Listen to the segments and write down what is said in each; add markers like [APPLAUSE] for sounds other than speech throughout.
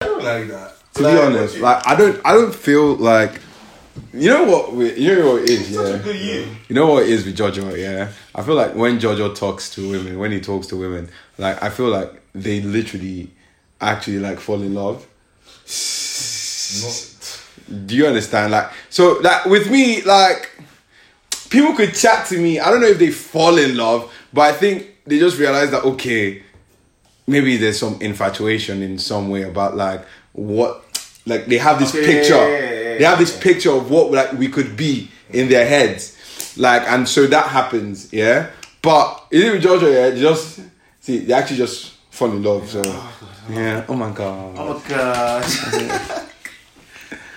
like that. To be honest, like I don't, I don't feel like. You know what? we- You know what it is. Such yeah. a good year. You know what it is with Jojo, yeah? I feel like when Jojo talks to women, when he talks to women, like I feel like they literally actually like fall in love. Do you understand? Like so like with me, like people could chat to me. I don't know if they fall in love, but I think they just realize that okay, maybe there's some infatuation in some way about like what like they have this Okay, picture. yeah, yeah, yeah, they have this picture of what like we could be in their heads. Like and so that happens, yeah. But is it with Jojo, yeah? They just see they actually just fall in love. So yeah. Oh my god. Oh [LAUGHS] gosh.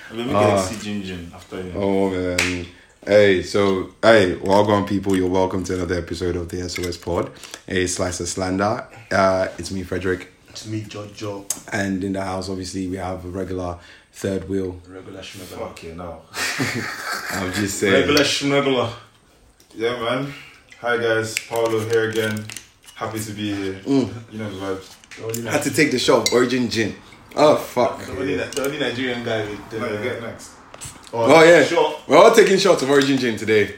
I mean, we can see Jim Jim after you. Ah. Oh man. Hey, so hey, welcome people. You're welcome to another episode of the SOS Pod, a slice of slander. Uh, it's me, Frederick, to me, Jojo, and in the house, obviously, we have a regular third wheel. regular schmuggler. Fuck you now. I'll just say Regular schnuggler. Yeah, man. Hi, guys. Paolo here again. Happy to be here. Mm. Oh, You know the vibes. The only, had to take the shot. of Origin gin. Oh fuck. the only, the only Nigerian guy with the. Now you get next. Oh yeah. Shot. We're all taking shots of Origin gin today.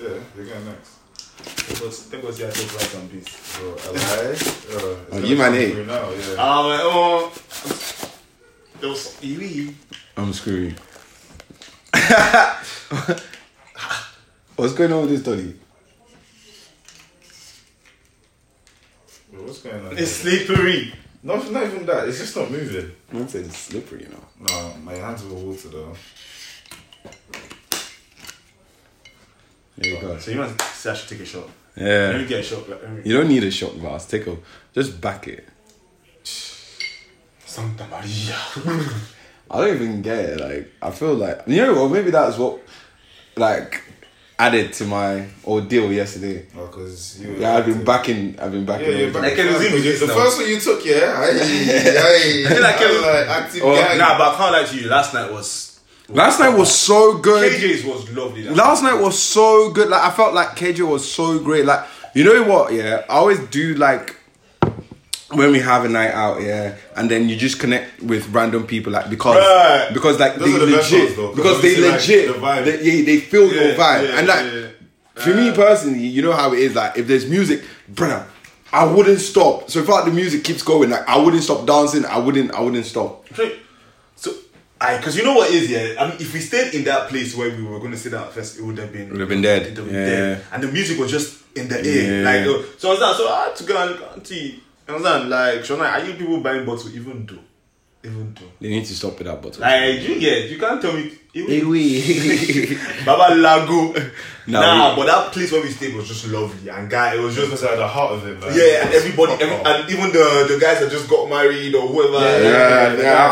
Yeah, you get next. Because, because he had to black and peace. So, a [LAUGHS] lie? Uh, it's Oh, gonna you my come name. through Now, yeah. Ah, ouais, oh. There was. Iwi. I'm screwing. [LAUGHS] What's going on with this toddy? Yo, What's going on? It's slippery. not, not even that. It's just not moving. I said it's slippery, you know. No, my hands were water though. There you go. So you must say I should take a shot. Let me Yeah. get a shot. Like, let me- You don't need a shot glass. Take a just back it. Santa [LAUGHS] Maria. I don't even get it. Like, I feel like you know what? Maybe that's what like added to my ordeal yesterday. Oh, cause you. Yeah, I've been backing. I've been backing. Yeah, you're everything. back. Like it was in with this the now. first one you took, yeah. I, I, feel like it was- like active Oh, guy. Nah, but I can't lie to you. Last night was. Last night was so good. KJ's was lovely. That Last night was so good. Like, I felt like KJ was so great. Like, you know what? Yeah, I always do like when we have a night out. Yeah, and then you just connect with random people. Like because Right. because like Those they are the best legit ones, though, 'cause because they obviously, legit like, the vibe. they, yeah, they feel Yeah, your vibe yeah, and like. yeah. Uh. For me personally, you know how it is. Like if there's music, brother, I wouldn't stop. So if like, the music keeps going, like I wouldn't stop dancing. I wouldn't. I wouldn't stop. Straight. So, I because you know what it is yeah. I mean, if we stayed in that place where we were going to sit down at first, it would have been Would have been dead. It would have been Yeah. dead. And the music was just in the air. Yeah. Like uh, so, I was like, so I had to go and auntie. I was like, like Shona, are you people buying books with even do, even do? They need to stop with that bottle. Like you get, you can't tell me. [LAUGHS] Even, we. Baba Lago. [LAUGHS] Nah, Nah, we- but that place where we stayed was just lovely, and guy, it was just. Just at the heart of it, man. Yeah, and everybody, Fuck every, off. and even the the guys that just got married or whoever. Yeah, Yeah, yeah,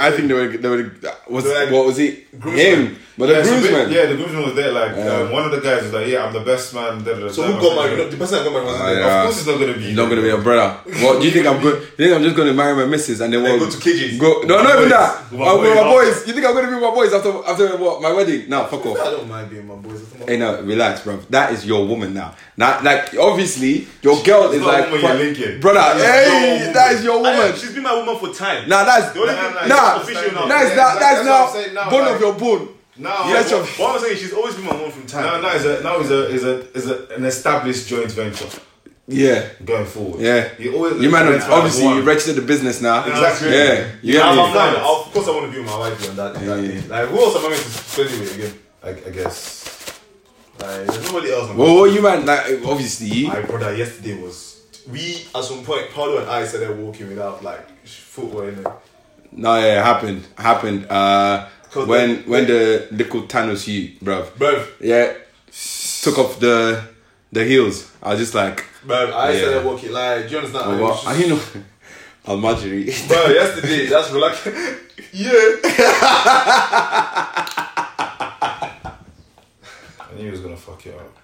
I, I, I think they were. They were was They were like- what was he? Groomsmen. Him, but the Yeah, so groomsman. ba- yeah, the groomsman was there. Like um, one of the guys was like, "Yeah, I'm the best man." Da, da, da, So da. who got married? No, the person that got married was Uh, like, yeah. Of course, it's not gonna be. He's not gonna be a [LAUGHS] brother. What do you think I'm good? You think I'm just gonna marry my missus and then Then what- go to KJ's. Go no, With not my even boys. that. With my Uh, With my boys. boys. You think I'm gonna be with my boys after after what my wedding? Nah, fuck off. I don't mind being my boys. It's my- Hey, no, relax, bro. That is your woman now. Now, like, obviously, your girl is not like, woman you're linking. brother. That is hey, your that is your I woman. am- she's been my woman for time. Nah, that's The only nah, thing- nah, nah, it's official now. nah, it's Yeah, not- that's that's- that's what I'm now saying now, bone of like- your bone. Now, Yes, now, your- But I'm saying she's always been my woman from time. now is a now is a is a is a, an established joint venture Yeah, going forward. yeah. you always You man, it's like obviously, one. you registered the business now. Exactly. Yeah, you yeah, get I'm me? I'm fine. Of course, I want to be with my wife on that. that Yeah, day. yeah. Like, who else am I going to spend it with again? I, I guess. Like, there's nobody else. I'm Well, well, you man, like, obviously, my brother yesterday was. We at some point, Paulo and I started walking without like footwear in it. no, yeah, it happened, happened. Uh, Cause when the- when the little Thanos you, bruv, Bruv, yeah, took off the the heels. I was just like, bruv, I Yeah. started walking. Like, do you understand? oh, Like, well, it's I just- you know, [LAUGHS] Almajiri. Bro, yesterday, that's relax. [LAUGHS] yeah. I knew he was gonna fuck it up.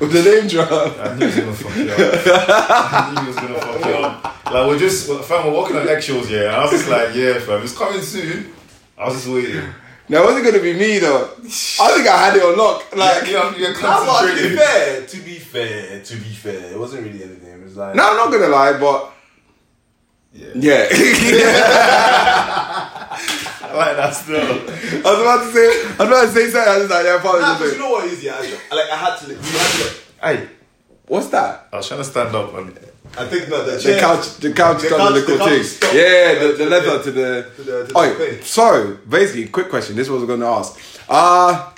With [LAUGHS] the name drop. I knew he was gonna fuck it up. I knew he was gonna fuck it up. Like we're just fam, we're walking on eggshells, yeah. And I was just like, yeah, fam, it's coming soon. I was just waiting. Now, it wasn't gonna be me though. I think I had it on lock. Like, you know, you're Nah, but to be concentrating. fair, to be fair, to be fair, it wasn't really anything. It was like. no, I'm not gonna lie, but Yeah. yeah, [LAUGHS] like that [LAUGHS] still. I was about to say, I was about to say something. I was like, yeah, probably. Nah, Nah, but you know what it is, yeah? Like, I had to, you had to, like, hey, what's that? I was trying to stand up and I think no, the, The chair- couch, the couch The couch- got the little the couch thing. stuck. Yeah, the, Right, the to leather the- to the. to the- to the Oh, thing. so basically, quick question. This was I was going to ask. Uh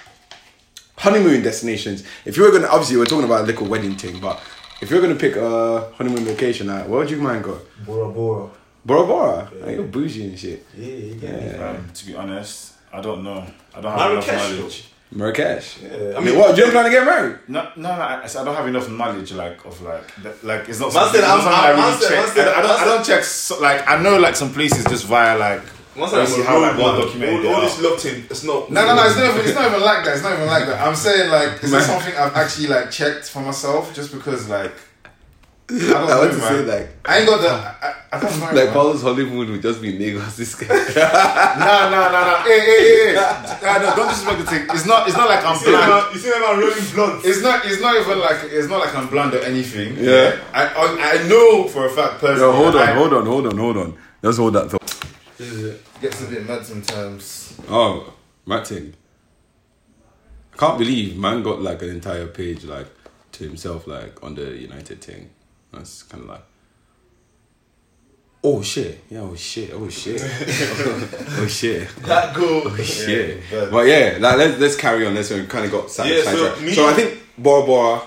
honeymoon destinations. If you were going to, obviously, we're talking about a little wedding thing, but if you're going to pick a honeymoon location, like, where would you mind go? Bora Bora. Bora Bora. Like, you're bougie and shit. Yeah, you get me. um, to be honest, I don't know. I don't have Marrakesh, enough knowledge. Marrakesh. Yeah, I I mean, mean- what? You're planning to get married? No, no, no. I, I said I don't have enough knowledge, like of like, that, like it's not. Man something- said, I'm- it's not something I'm- I man really said- check. man said, I, I don't. I man don't check. So, like I know, like some places just via like. Once I'm see a how road like well man, documented. they All, all are. this locked in, it's not. No, no, no. [LAUGHS] It's not. Even, it's not even like that. It's not even like that. I'm saying like, is this something I've actually like checked for myself? Just because like, I don't I know, want to man. say, like, I ain't got the. I, I don't know. like man. Paul's honeymoon would just be Lagos. This guy. [LAUGHS] Nah, nah, nah, nah. Hey, hey, hey, hey. Nah, no, don't disrespect the thing. It's not. It's not like I'm You see that blind. man- You see that man rolling blunts? It's not. It's not even like. It's not like I'm blind or anything. Yeah. I. I, I know for a fact. Personally. Yo, hold on, I- hold on, hold on, hold on. Let's hold that thought. Gets a bit mad sometimes. Oh, Martin. I can't believe man got like an entire page like to himself like on the United thing. That's kind of like. Oh shit! Yeah. Oh shit! [LAUGHS] Oh shit! oh shit! That goal. Oh, shit! but- but yeah, like let's let's carry on. Let's we kind of got side, Yeah, so sidetracked. me- so I think Bora Bora.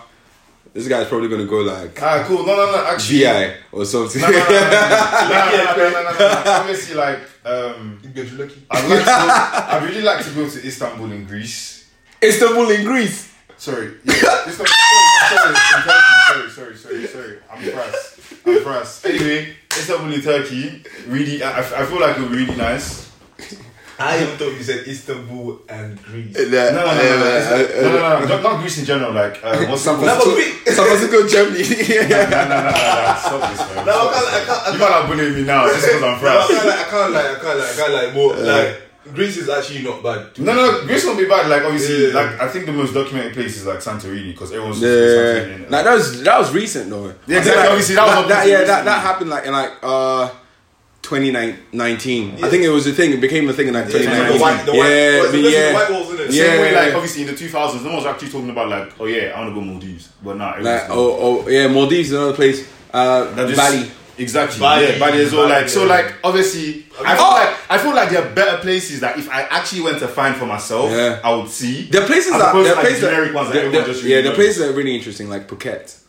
This guy's probably gonna go like Ah, cool. No, no, no. Actually. GI or something. No, no, no, no, no, no, no, no, no, no, no. Obviously, like, um, You get lucky. I'd like to. Go, I'd really like to go to Istanbul in Greece. [LAUGHS] Istanbul in Greece. Sorry. Yeah. It's not, sorry, sorry, sorry, sorry, sorry, sorry. I'm pressed. I'm pressed. Anyway, Istanbul in Turkey. Really, I, I feel like it would be really nice. I even thought you said Istanbul and Greece. No, No, no, no, no, no, no, no, no, no, not Greece in general. Like, [LAUGHS] uh, what's uh, San up? No, No, but Francisco, we- San Francisco, Germany. [LAUGHS] no, no, no, no, no, stop this, man. No, I can't, I can't, You gotta bully me now just because I'm I pressed. can't, like, I can't lie, I can't lie, I can't lie. But Uh, like, Greece is actually not bad. No, no, Greece won't be bad. Like, obviously, Yeah. like I think the most documented place is like Santorini because everyone's Yeah, Santorini. like that was that was recent though. Yeah, I think, exactly, like, obviously, that was that, obviously yeah that, that recent. happened like in like uh 2019. I think it was a thing. It became a thing in like Yeah, 2019. the white- the white- well, yeah, it's but basically yeah. the white walls, innit? yeah, Same way, yeah, like yeah. obviously in the 2000s, no one was actually talking about like, oh yeah, I want to go Maldives, but nah, it was Like, oh, oh yeah, Maldives is another place. Uh, That just- Bali. exactly. Bali, yeah, Bali is all Bali, like so. yeah. Like obviously, I feel Oh! like I feel like there are better places that if I actually went to find for myself, Yeah. I would see. The places As that opposed the to, like, places generic ones that the- everyone the- just yeah really the knows. places that are really interesting like Phuket.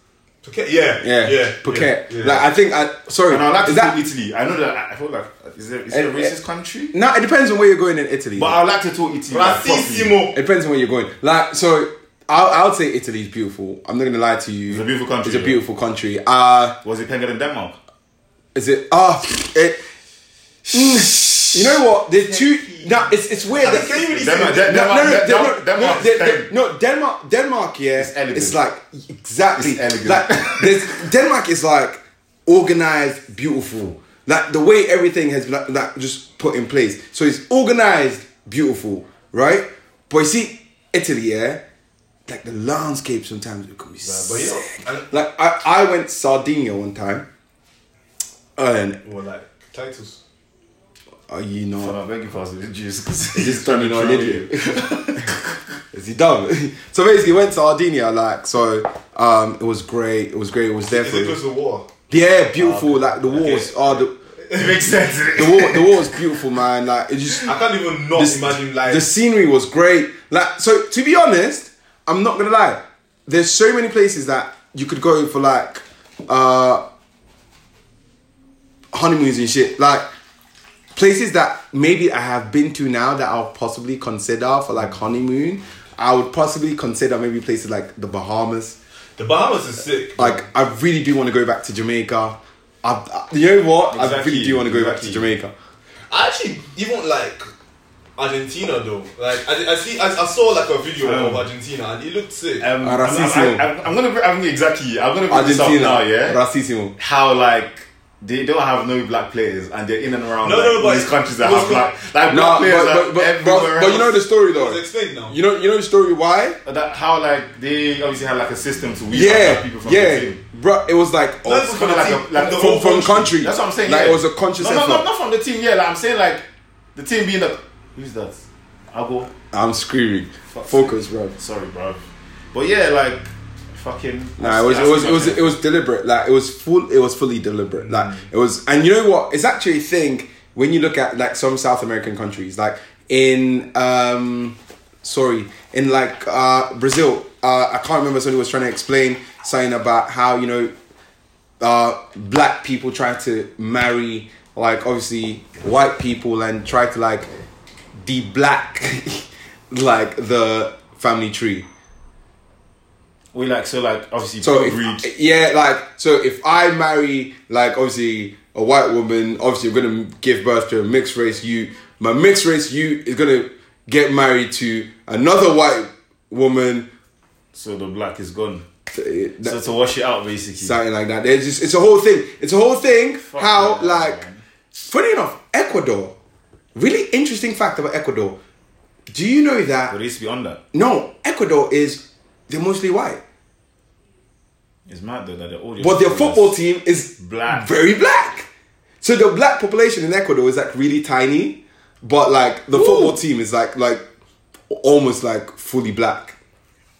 Okay, yeah, Yeah, yeah, Phuket. yeah, yeah. Like I think I sorry And I like is to that go Italy. I know that I- I feel like is there is there a Eh, eh. racist country? no it depends on where you're going in Italy. But I would like to talk Italy. like, properly. Racissimo. It depends on where you're going. Like, so I, I would say Italy's beautiful. I'm not gonna lie to you. It's a beautiful country, It's a yeah. beautiful country. Uh, Was it Penguin in Denmark? is it? Ah, it. Mm, you know what? There's two. Now it's it's weird. I that- think- Can you really Denmark- say Den- no, no, no, Denmark- Denmark, Denmark- no, De- Denmark- De- no, Denmark, Denmark, yeah, it's, elegant. like exactly It's elegant. Like, there's, Denmark is like organized, beautiful. Like the way everything has like, like just put in place. So it's organized, beautiful, right? But you see, Italy, yeah, like the landscape sometimes it can be but you know, sick. and- Like I, I went Sardinia one time, and Well, like titles. uh, you know. But I'm begging for us to the Jews. He's trying to [LAUGHS] an idiot. [LAUGHS] Is he dumb? [LAUGHS] so basically, went to Sardinia. Like, so um, it was great. It was great. It was there Is for it close to the [LAUGHS] water? yeah, beautiful. Like the walls are the It makes sense. the wall the walls beautiful, man. Like it just I can't even not this- imagine like the scenery was great. Like so, to be honest, I'm not gonna lie. There's so many places that you could go for like uh honeymoons and shit. Like places that maybe I have been to now that I'll possibly consider for like honeymoon. I would possibly consider maybe places like the Bahamas. the Bahamas is sick. Like I really do want to go back to Jamaica. I, I- you know what? I Exactly, really do want to go back to exactly. Jamaica. I actually even like Argentina though. Like I, I see, I, I saw like a video Um, of Argentina and it looked sick. Um, Ah, I'm, I'm, racismo. I'm, I'm gonna bring, I'm gonna exactly. I'm gonna bring this up Argentina, now. Yeah. Racísimo. how like they don't have no black players and they're in and around No, like, no, all but- these countries that no, have no. black like No, black players but, are but, but, everywhere but, but you know the else. story It's though. explained now. You know you know the story why? that how like they obviously had like a system to weed out black Yeah, people from the yeah, team. bro. It was like No, oh, it's kinda from the like a- team, like the from whole from country. That's what I'm saying. Like yeah. it was a conscious no, no, effort. no, not from the team. Yeah, like I'm saying like The team being up. Who's that? Ago. I'm screaming. Fuck's Focus, bro. Sorry, bruv. But yeah, like, fucking. Nah, it was it was it was it was deliberate. Like it was full. It was fully deliberate. Like it was, and you know what? It's actually a thing when you look at like some South American countries, like in um, sorry, in like uh Brazil. Uh, I can't remember. Somebody was trying to explain something about how you know uh, black people try to marry like obviously white people and try to like de-black [LAUGHS] like the family tree. We like, so like, obviously, So so if- breed. yeah, like so if I marry like obviously a white woman, obviously you're gonna give birth to a mixed race you. My mixed race you is gonna get married to another white woman, So the black is gone. uh, that- So to wash it out, basically. something like that. There's just it's a whole thing. It's a whole thing. how yeah, like funny enough, Ecuador. Really interesting fact about Ecuador. Do you know But that? it's beyond that. No, Ecuador is they're mostly white, It's mad though that the audience. but their is football team is Black. very black. So the black population in Ecuador is like really tiny, but like the football team is like like almost like fully black.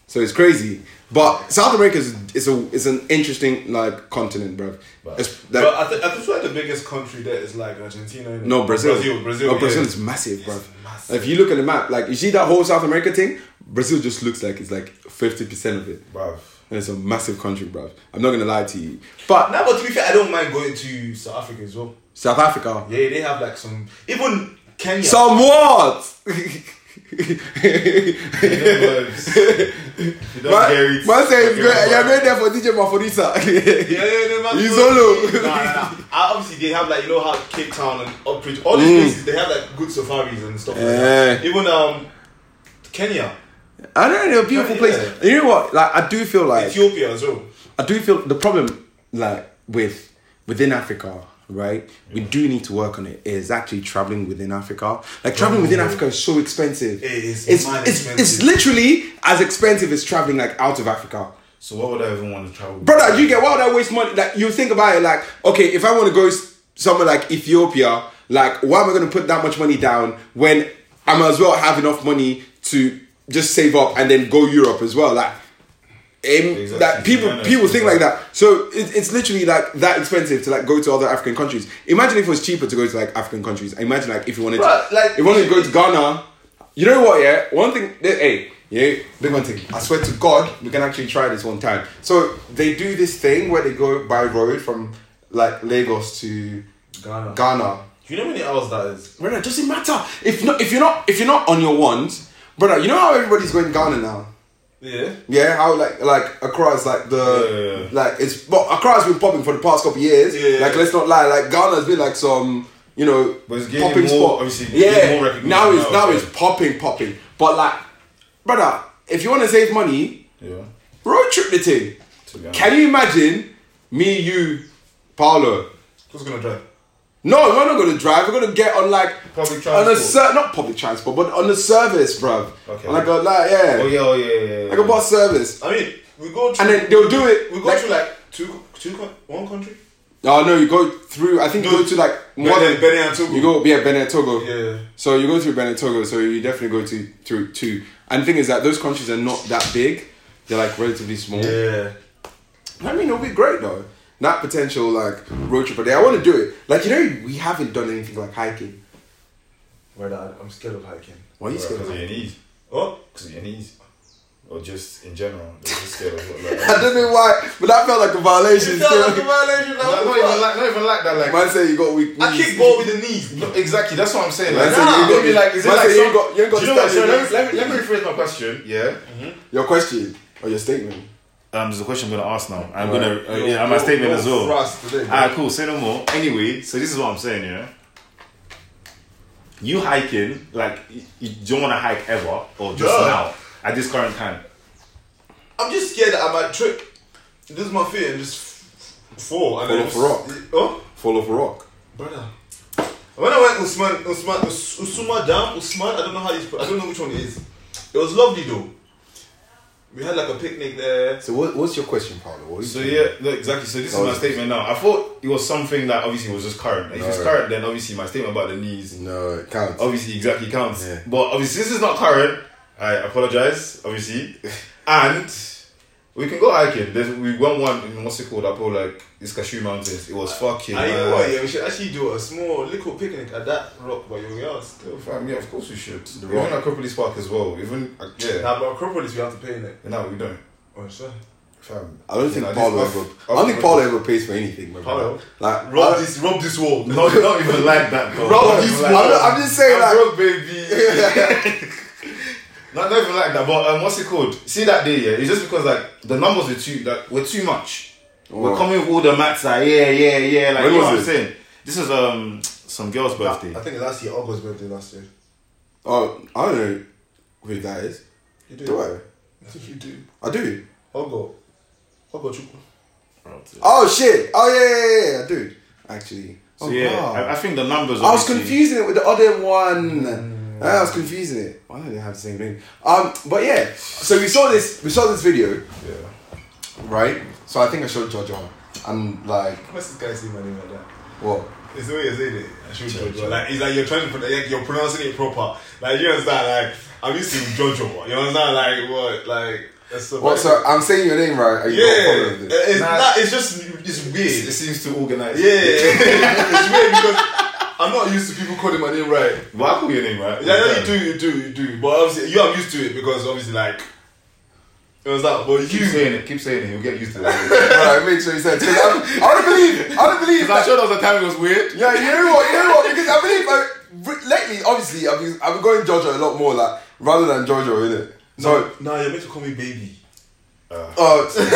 So it's crazy. But South America is is a is an interesting like continent, bro. But uh, I, th- I think like the biggest country there is like Argentina. innit? No, Brazil. Brazil, Brazil. No, Brazil yeah. is massive, bro. massive. If you look at the map, like you see that whole South America thing, Brazil just looks like it's like fifty percent of it. Bruv. And it's a massive country, bro. I'm not gonna lie to you, but Now, but to be fair, I don't mind going to South Africa as well. South Africa, Yeah, they have like some even Kenya. somewhat. Man, man say he's going, you're going there for DJ Maforisa. yeah, yeah, [LAUGHS] no, man. You no, solo. [LAUGHS] Nah, nah, nah. Ah, Obviously, they have like you know how Cape Town and Upbridge, all Mm. these places they have like good safaris and stuff. Like that. Even um, Kenya, I don't know, beautiful Yeah, place. yeah. You know what? Like, I do feel like Ethiopia as well. I do feel the problem, like with within Africa, right? We do need to work on it. Is actually traveling within Africa. Like traveling within Africa is so expensive. It is It's mad it's, it's expensive. literally as expensive as traveling like out of Africa. So why would I even want to travel? Brother, you get why would I waste money? Like you think about it, like okay, if I want to go s- somewhere like Ethiopia, like why am I going to put that much money down when I might as well have enough money to just save up and then go Europe as well? Like, em- that people Yeah, no, people think exactly. like that. So it, it's literally like that expensive to like go to other African countries. Imagine if it was cheaper to go to like African countries. Imagine like if you wanted Bruh, to, like- if you wanted to go to Ghana. You know what? Yeah, one thing. Hey, yeah, big one thing. I swear to God, we can actually try this one time. So they do this thing where they go by road from like Lagos to Ghana. Ghana. Do you know how many hours that is? Brother, it doesn't matter if not if you're not if you're not on your ones, brother. You know how everybody's going Ghana now. Yeah. Yeah, how like like Accra is like the like it's but Accra has been popping for the past couple of years. Yeah. Like let's not lie, like Ghana has been like some you know But it's getting popping more- spot. obviously, it's getting yeah, more recognition now it's now, now it's popping popping. But like, brother, if you want to save money, Yeah. road trip the thing. Ghana. Can you imagine me, you, Paolo? Who's gonna drive? No, we're not gonna drive. We're gonna get on like Public on a transport. ser- not public transport, but on the service, bruv. Okay. On like a like yeah, Oh yeah, oh yeah, yeah. yeah. like a bus service, I mean, we go to and then they'll do it. we go like, to like two two co- one country. Oh no, you go through. I think you No. go to like more Benin, than Benin and Togo. You go, yeah, Benin and Togo. Yeah. So you go through Benin and Togo. So you definitely go to through two. And the thing is that those countries are not that big. They're like relatively small. Yeah. I mean, it'll be great though. That potential like road trip. But I want to do it. Like you know, we haven't done anything like hiking. Where that I'm scared of hiking. Why are you scared Because of of hiking? your knees. Oh, Because of your knees. Or just in general. They're just scared of what, [LAUGHS] like, I don't know why, but that felt like a violation. [LAUGHS] still. Like, not, even like, not even like that. Like, Man say you got weak I knees. kick ball with the knees. no, exactly. That's what I'm saying. Man Like, say you ain't got- maybe like, is it man like say you ain't some, got you ain't got Do you know what? So stamina. let me, let, me, let me rephrase my question. Mm-hmm. Yeah. Your question or your statement? Um, there's a question I'm gonna ask now. I'm Right. gonna uh, yeah, and my statement as well. Thrust today, bro. Alright, cool. Say no more. Anyway, so this is what I'm saying, yeah. You hiking, like you, you don't want to hike ever, or just No. now at this current time. I'm just scared that I might trip. This is my fear and just f- f- fall. And Fall then off just- rock. Oh, Fall off a rock. brother. When I went Usman, Usman, Us- Usuma Dam, Usman, I don't know how you, pro- I don't know which one it is. It was lovely though. We had like a picnic there. So what, what's your question, Paolo? What are you So saying? yeah, no, exactly. So this That is my was- statement now. I thought it was something that obviously was just current. If it's No. current, then obviously my statement about the knees No, it counts. obviously exactly counts. Yeah. But obviously this is not current. I apologize, [LAUGHS] obviously, and we can go hiking. There's, we went one in what's it called up all like it's Cashew Mountains. It was fucking. I uh, know what, yeah, we should actually do a small little picnic at that rock by your house. Yo, fam, yeah, of course we should. Even Rock. Acropolis Park as well. Even uh, yeah. Now, but Acropolis, we have to pay in it. No, we don't. Oh, sure. Fam. I don't You think know, Paulo this- ever. I've- I don't think I've- Paulo ever pays for anything, my Paulo? brother. Like, Rob I- this, rob this wall. No, [LAUGHS] not even like that. Bro. Rob Not this even wall. I'm not- I'm just saying, I'm like- broke, [LAUGHS] baby. not, not even like that. But um, what's it called? See that day, yeah. It's just because like the numbers were too like were too much. We're Oh. coming with all the maths like yeah, yeah, yeah. Like When you was know what I'm it? saying. This is um some girl's birthday. I think last year, August birthday last year. oh, I don't know who that is. You do. Do I? you do. I do. Ogo. Ogo Chukwu. Oh shit! Oh yeah, yeah, yeah, yeah. I do actually. Oh, So yeah, wow. I, Mm. I think the numbers. I was obviously- confusing it with the other one. I was confusing it. Why don't they have the same name? Um, but yeah. So we saw this. We saw this video. Yeah. Right. So I think I showed Jojo, and like, What's this guy saying my name like that? what? It's the way you're saying it. I should Jojo. Like, it's like you're trying to, pro- like, you're pronouncing it proper. Like, you understand? Like, I'm used to Jojo. You understand? Like, what? Like, that's so What? So I'm saying your name right? Are you Yeah. got a problem with it? It's, Nah. not, it's just, it's weird. It seems to organize. Yeah, [LAUGHS] it's weird because I'm not used to people calling my name right. Well, I call your name right. Yeah, I know you do, you do, you do. But obviously, you are used to it because obviously, like, it was that. But Keep you, saying it. Keep saying it. You'll get used to [LAUGHS] it. Alright, make sure you said. Because I, I don't believe. I don't believe. I'm sure there was a time it was weird. Yeah, you know what? You know what? Because I believe I, re- lately, obviously, I've been, I've been going Jojo a lot more, like rather than Jojo, innit? So, no, you're meant to call me baby. oh, [LAUGHS] so there's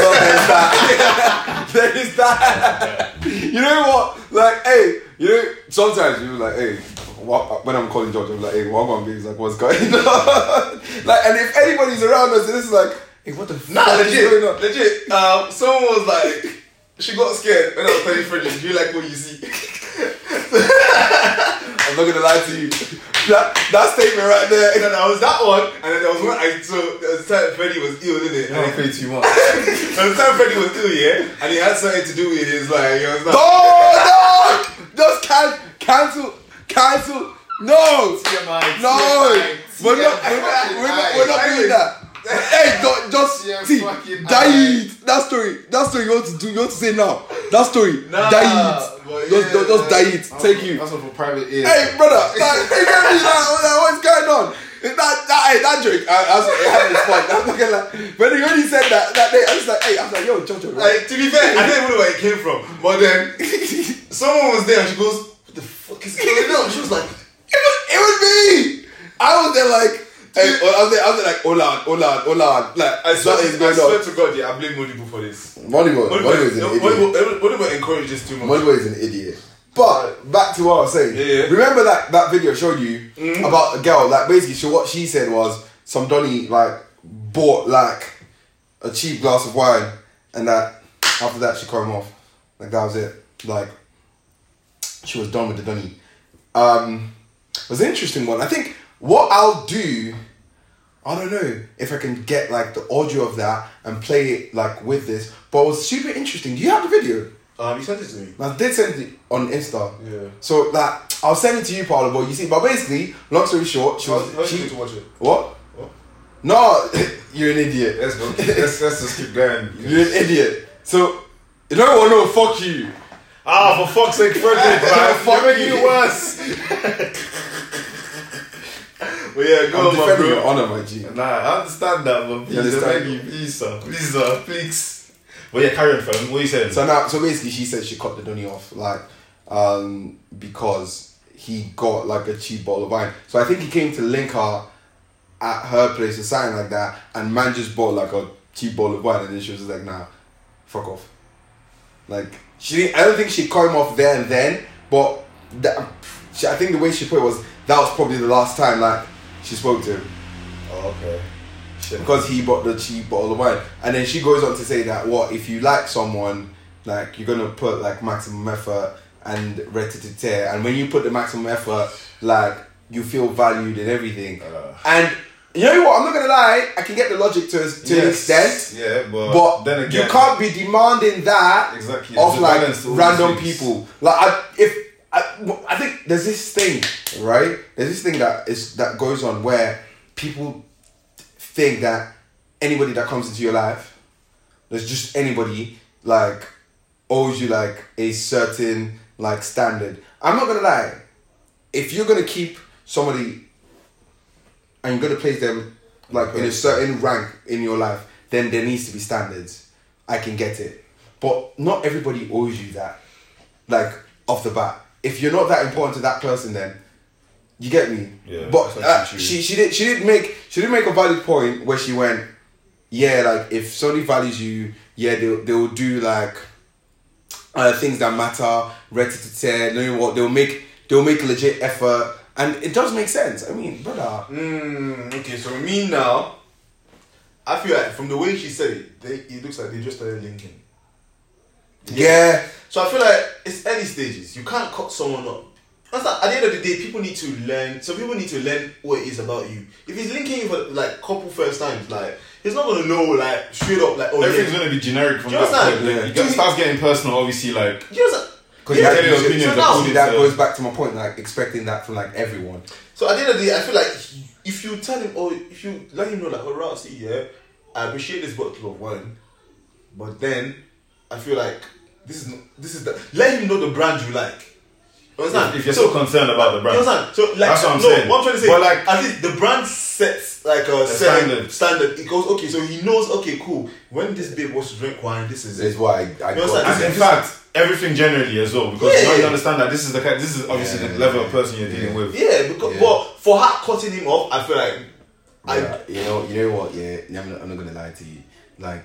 that. [LAUGHS] there is that. you know what? Like, hey, you know, sometimes people like, hey, what, when I'm calling Jojo, I'm like, hey, what one baby's like, what's going [LAUGHS] on? like, and if anybody's around us, this is like, hey, what the Nah, fuck is legit, going on? legit. Um, someone was like, she got scared when I was telling Frederick, do you like what you see? I'm not gonna lie to you. That, that statement right there. And then I was that one, and then there was one I so there was time Freddie was ill, didn't it? And Don't then- pay too much. there was time Freddie was ill, yeah, and he had something to do with his like, you know, No, no! Just can, cancel, cancel. No, [LAUGHS] no. We're not, we're not, we're not, we're not doing that. Hey, do, just Yeah, see fucking died. That story, that story. You want to do? You want to say now? That story, nah, died. but Just, yeah. just, just died. Take you. That's one for private ears. Hey, brother. Like, [LAUGHS] you get me? Like, like, what's going on? That that hey, that joke. I, I was I had this point. [LAUGHS] I'm not gonna lie. When he when he said that that day, I was like, hey, I was like, yo, Jojo. Right? Like, to be fair, [LAUGHS] I don't even know where it came from. But then [LAUGHS] someone was there and she goes, What the fuck is going on? She was like, It was, it was me. I was there like, hey, I was there, I was there like, hold on, hold on, hold on. Like, I swear, something's to, I going swear on. to God, yeah, I blame Modibo for this. Volleyball, volleyball is an Modibo idiot. Modibo- Modibo encourages too much. Volleyball is an idiot. But back to what I was saying. Yeah, Mm-hmm. yeah. Remember that that video I showed you about a girl. Like basically, she, what she said was some Donny like bought like a cheap glass of wine, and that after that she cut him off. Like that was it. Like she was done with the Donny. Um, it was an interesting one. I think what I'll do. I don't know if I can get like the audio of that and play it like with this, but it was super interesting. Do you have the video? Um, you sent it to me. I did send it on Insta. Yeah. So that I'll send it to you, Paolo. But you see, but basically, long story short, she How, was how did you she, get to watch it? what? What? No, [LAUGHS] you're an idiot. Let's go. Let's, let's just keep going. You're an idiot. So you know what? No, fuck you. Ah, for fuck's sake, Frederick, Yeah, man. fuck You're making you. it worse. But yeah, I'm go on, my defending your bro. honor, my G. Nah, I understand that, but please, I understand. beg you, please, sir. Please, sir. Please. But yeah, carry on, fam. What are you saying? So now, so basically, she said she cut the Donny off, like, um, because he got like a cheap bottle of wine. So I think he came to link her at her place or something like that, and man just bought like a cheap bottle of wine, and then she was just like, nah, fuck off. Like she, didn't, I don't think she cut him off there and then, but that, she, I think the way she put it was that was probably the last time like she spoke to him Oh, okay. Shit. because he bought the cheap bottle of wine. And then she goes on to say that what if you like someone, like you're gonna put like maximum effort and tear. and when you put the maximum effort, like you feel valued and everything. Uh. and You know what? I'm not gonna lie. I can get the logic to, to an Yes. extent, Yeah, but, but then again, you can't be demanding that Exactly, of there's a like balance to all random these things. people. Like, I, if I, w- I think there's this thing, right? There's this thing that is that goes on where people think that anybody that comes into your life, there's just anybody like owes you like a certain like standard. I'm not gonna lie. If you're gonna keep somebody and you're gonna place them like in a certain rank in your life, then there needs to be standards. I can get it, but not everybody owes you that. Like off the bat, if you're not that important to that person, then you get me. Yeah, but that's uh, actually true. she she did she did make she did make a valid point where she went, yeah, like if somebody values you, yeah, they they'll do like uh, things that matter, reticite, knowing what they'll make they'll make a legit effort. And it does make sense. I mean, brother, Mm, okay, so me now, I feel like from the way she said it, they, it looks like they just started linking. yeah, So I feel like it's early stages. You can't cut someone up. That's not, at the end of the day, people need to learn. Some people need to learn what it is about you. If he's linking you for like couple first times, like he's not gonna know like straight up like oh everything's yeah. gonna be generic from Do you that understand? point. Like, Yeah. you get, starts getting personal, obviously. Like, You know, because Yeah, that, tell your opinions so of now- who it that is, goes back to my point, like expecting that from like everyone. so at the end of the day, I feel like he- if you tell him or if you let him know like oh right, see yeah, I appreciate this bottle of wine, but then I feel like this is not, this is the let him know the brand you like. You understand? if you're so, concerned about the brand, You understand? So like, That's what I'm no, saying. What I'm trying to say, But, like- at least the brand sets like a, certain standard. Standard. It goes okay, so he knows. Okay, cool. When this babe wants to drink wine, this is Is it. why I, I know, it's like- got. And in fact, everything generally as well, because Yeah. now you understand that this is the kind, this is obviously the level of person you're dealing with. Yeah, because Yeah. but for her cutting him off, I feel like I Yeah, you know, you know what? Yeah, I'm not, I'm not gonna lie to you. Like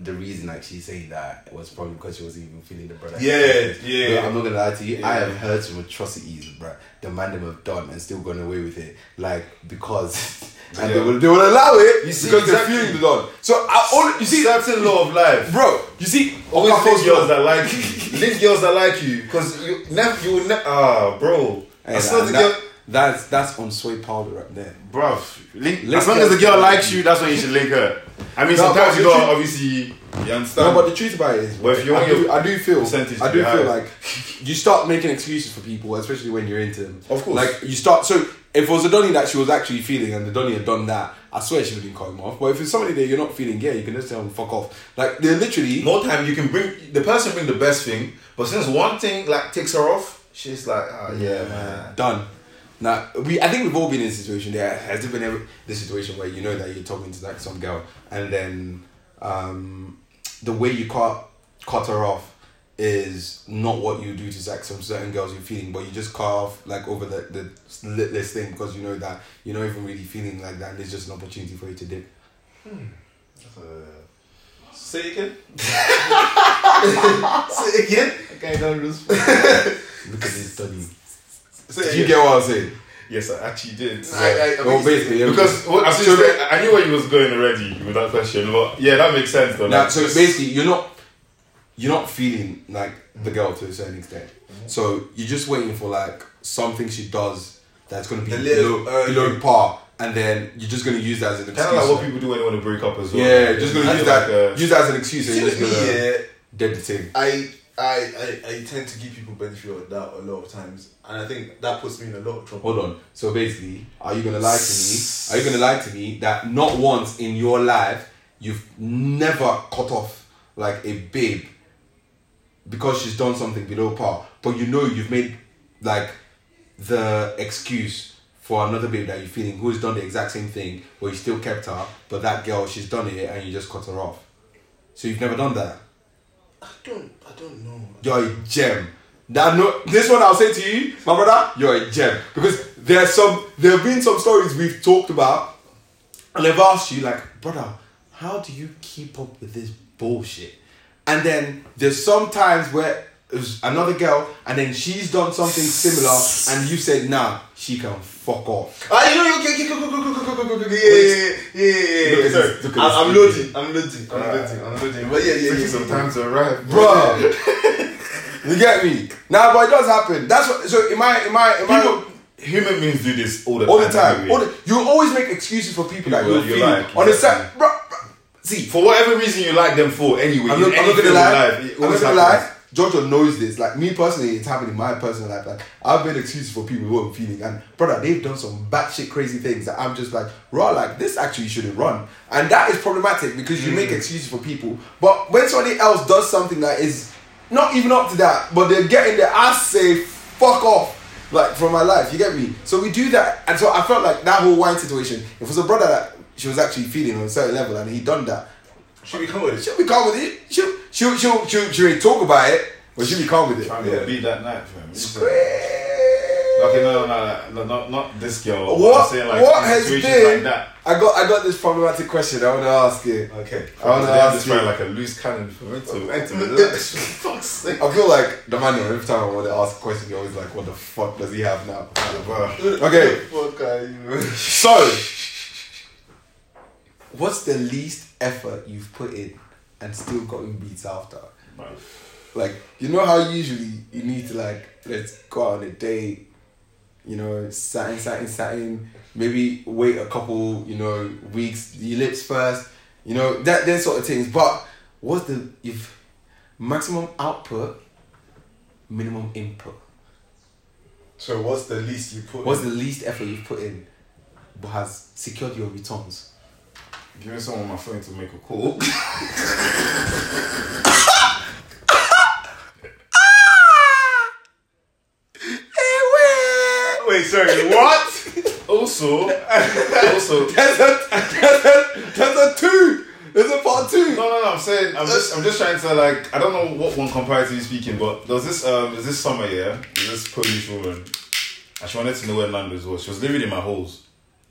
the reason like she saying that was probably because she wasn't even feeling the brother. Yeah, yeah. Look, I'm not gonna lie to you. I have heard some atrocities, bruh. The man them have done and still gone away with it, like because [LAUGHS] and they Yeah. will they will allow it You see, because exactly. they're feeling the done. So I only you see, certain law of life. bro, you see, Always couples- link girls that like [LAUGHS] you. link girls that like you, because you never, you will never. Ah, bro. Hey, as long as that- the girl, that's that's on soy powder right there. bruv, link, Link as long as the girls girl that like likes you, that's when you should link her. I mean, No, sometimes but you the gotta truth- obviously, you No, understand. but the truth about it is, Well, if you want I, do, your I do feel, percentage to I do be high. feel like you start making excuses for people, especially when you're into them. Of course. like you start. So if it was a Donny that she was actually feeling, and the Donny had done that, I swear she wouldn't cut him off. But if it's somebody that you're not feeling, yeah, you can just tell them fuck off. Like they're literally more time you can bring the person bring the best thing, but since one thing like takes her off, she's like, ah, yeah, man. done. Now we, I think we've all been in a situation. There has it been ever the situation where you know that you're talking to like some girl, and then um, the way you cut cut her off is not what you do to like some certain girls you're feeling, but you just cut off like over the the slitless thing because you know that you're not even really feeling like that. And there's just an opportunity for you to dip. say [LAUGHS] again. say again. Okay, don't lose. Look at this study. Say Did again. you get what I'm saying? Yes, I actually did. I- I- I well, mean, basically, yeah, Because well, as soon as I- I knew where you was going already with that question, but yeah, that makes sense though. Now, like, so just- basically, you're not you're not feeling like the girl to a certain extent. So you're just waiting for like something she does that's gonna be The little below, early. below par, and then you're just gonna use that as an excuse. kind of like what people do when they want to break up as well. yeah, you're just They gonna use feel that like, uh, use that as an excuse, and see you're with just me, gonna yeah, dead the thing. I. I, I, I tend to give people benefit of doubt a lot of times, and I think that puts me in a lot of trouble. Hold on. So basically, are you gonna lie to me? Are you gonna lie to me that not once in your life you've never cut off like a babe because she's done something below par, but you know you've made like the excuse for another babe that you're feeling who's done the exact same thing, but you still kept her, but that girl she's done it and you just cut her off. So you've never done that. I don't, I don't know. You're a gem. That no, this one I'll say to you, my brother, you're a gem because there's some there have been some stories we've talked about, and I've asked you like, brother, how do you keep up with this bullshit? And then there's some times where it was another girl, and then she's done something similar, and you said, nah, she can fuck [LAUGHS] off. Ah, you know, you okay, okay, okay, okay, okay, okay, okay, okay, yeah, yeah, yeah, yeah, yeah, yeah. Look at Sorry, this, look at I'm, this I'm video. loading, Ah. I'm loading, I'm loading, I'm loading. But yeah, yeah, yeah. taking yeah, some yeah. time to arrive, Bro, you get me? Nah, but it does happen. That's what. So in my in my in my People, human beings do this all the all the time. time. anyway. All the, you always make excuses for people that Well, you're you're feeling right, on the exactly. side. Bro, bro, see, for whatever reason you like them for, anyway. I'm in not, I'm any not gonna field of lie. life, it I'm not always gonna happens. lie. Jojo knows this. Like me personally, it's happened in my personal life. Like I've made excuses for people who are feeling, and brother, they've done some batshit crazy things that I'm just like, raw, like this actually shouldn't run, and that is problematic because you make Mm. excuses for people, but when somebody else does something that is not even up to that, but they're getting their ass say fuck off. Like from my life, you get me. So we do that, and so I felt like that whole wine situation. If it was a brother that she was actually feeling on a certain level, and he done that, Should we come with it? She'll be calm with it. She'll she'll she'll she'll, she'll, talk about it, but she'll be calm with it. Trying Yeah. to beat that night, fam. It's like- Okay, Okay, no, no, no, no, not not this girl. What I'm saying, like, what in has situations been? like that? I got I got this problematic question. I want to ask you. Okay. I want to They have ask this you. right, like a loose cannon for mental. [LAUGHS] Fuck's sake. I feel like the man. Every time I want to ask a question, you're always like, "What the fuck does he have now?" Bruh. Okay, Fuck are you? so what's the least effort you've put in and still gotten beats after? Like you know how usually you need to like let's go out on a date, you know, satin, satin, satin. Maybe wait a couple, you know, weeks. Your lips first, you know that then sort of things. But what's the if maximum output, minimum input? [LAUGHS] So what's the least you put? What's the least effort you've put in, but has secured your returns? Giving someone my phone to make a call. Wait, sorry, [LAUGHS] what? Also, also, no, There's a, there's a, there's a two. There's a part two. no, no. I'm saying, I'm just, I'm just trying to like, I don't know what one comparatively speaking, but there's this, um, there's this summer, yeah, there's this Polish woman, and she wanted to know where Nando's was. She was living in my holes.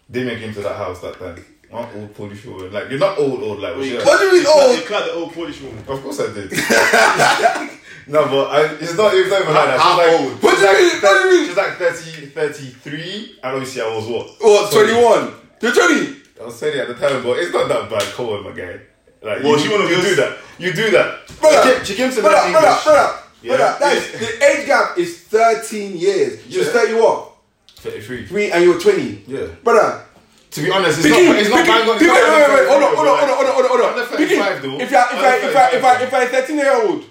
They make into that house that time. One old Polish woman, like you're not old, old, like. she- What do you mean Oh, all? you cut the old Polish woman. Of course I did. [LAUGHS] no, but I, it's not it's not even like that. She's How like, old? What do you mean? What do you mean? She's like 30, 33, and obviously I was what? What? Twenty one. Oh, You're twenty. I was 30 at the time, but it's not that bad. Come on, my guy. Like, Well, you, she wanna you go- do that. You do that. Brother, she, came, she came to Brother, learn brother, English. brother, Yeah. brother. That is, the age gap is thirteen years. You're Yeah. thirty one. 33. Three and you're twenty. Yeah. Brother. To be honest, it's Biggie, not, it's Biggie, not bang on. Biggie, wait, wait, wait, hold on, hold on, hold on, hold on, hold on, hold on. Under Biggie, 35 though. If you're, if Under you're, if you're, if 35 you're, if you're a thirteen year old,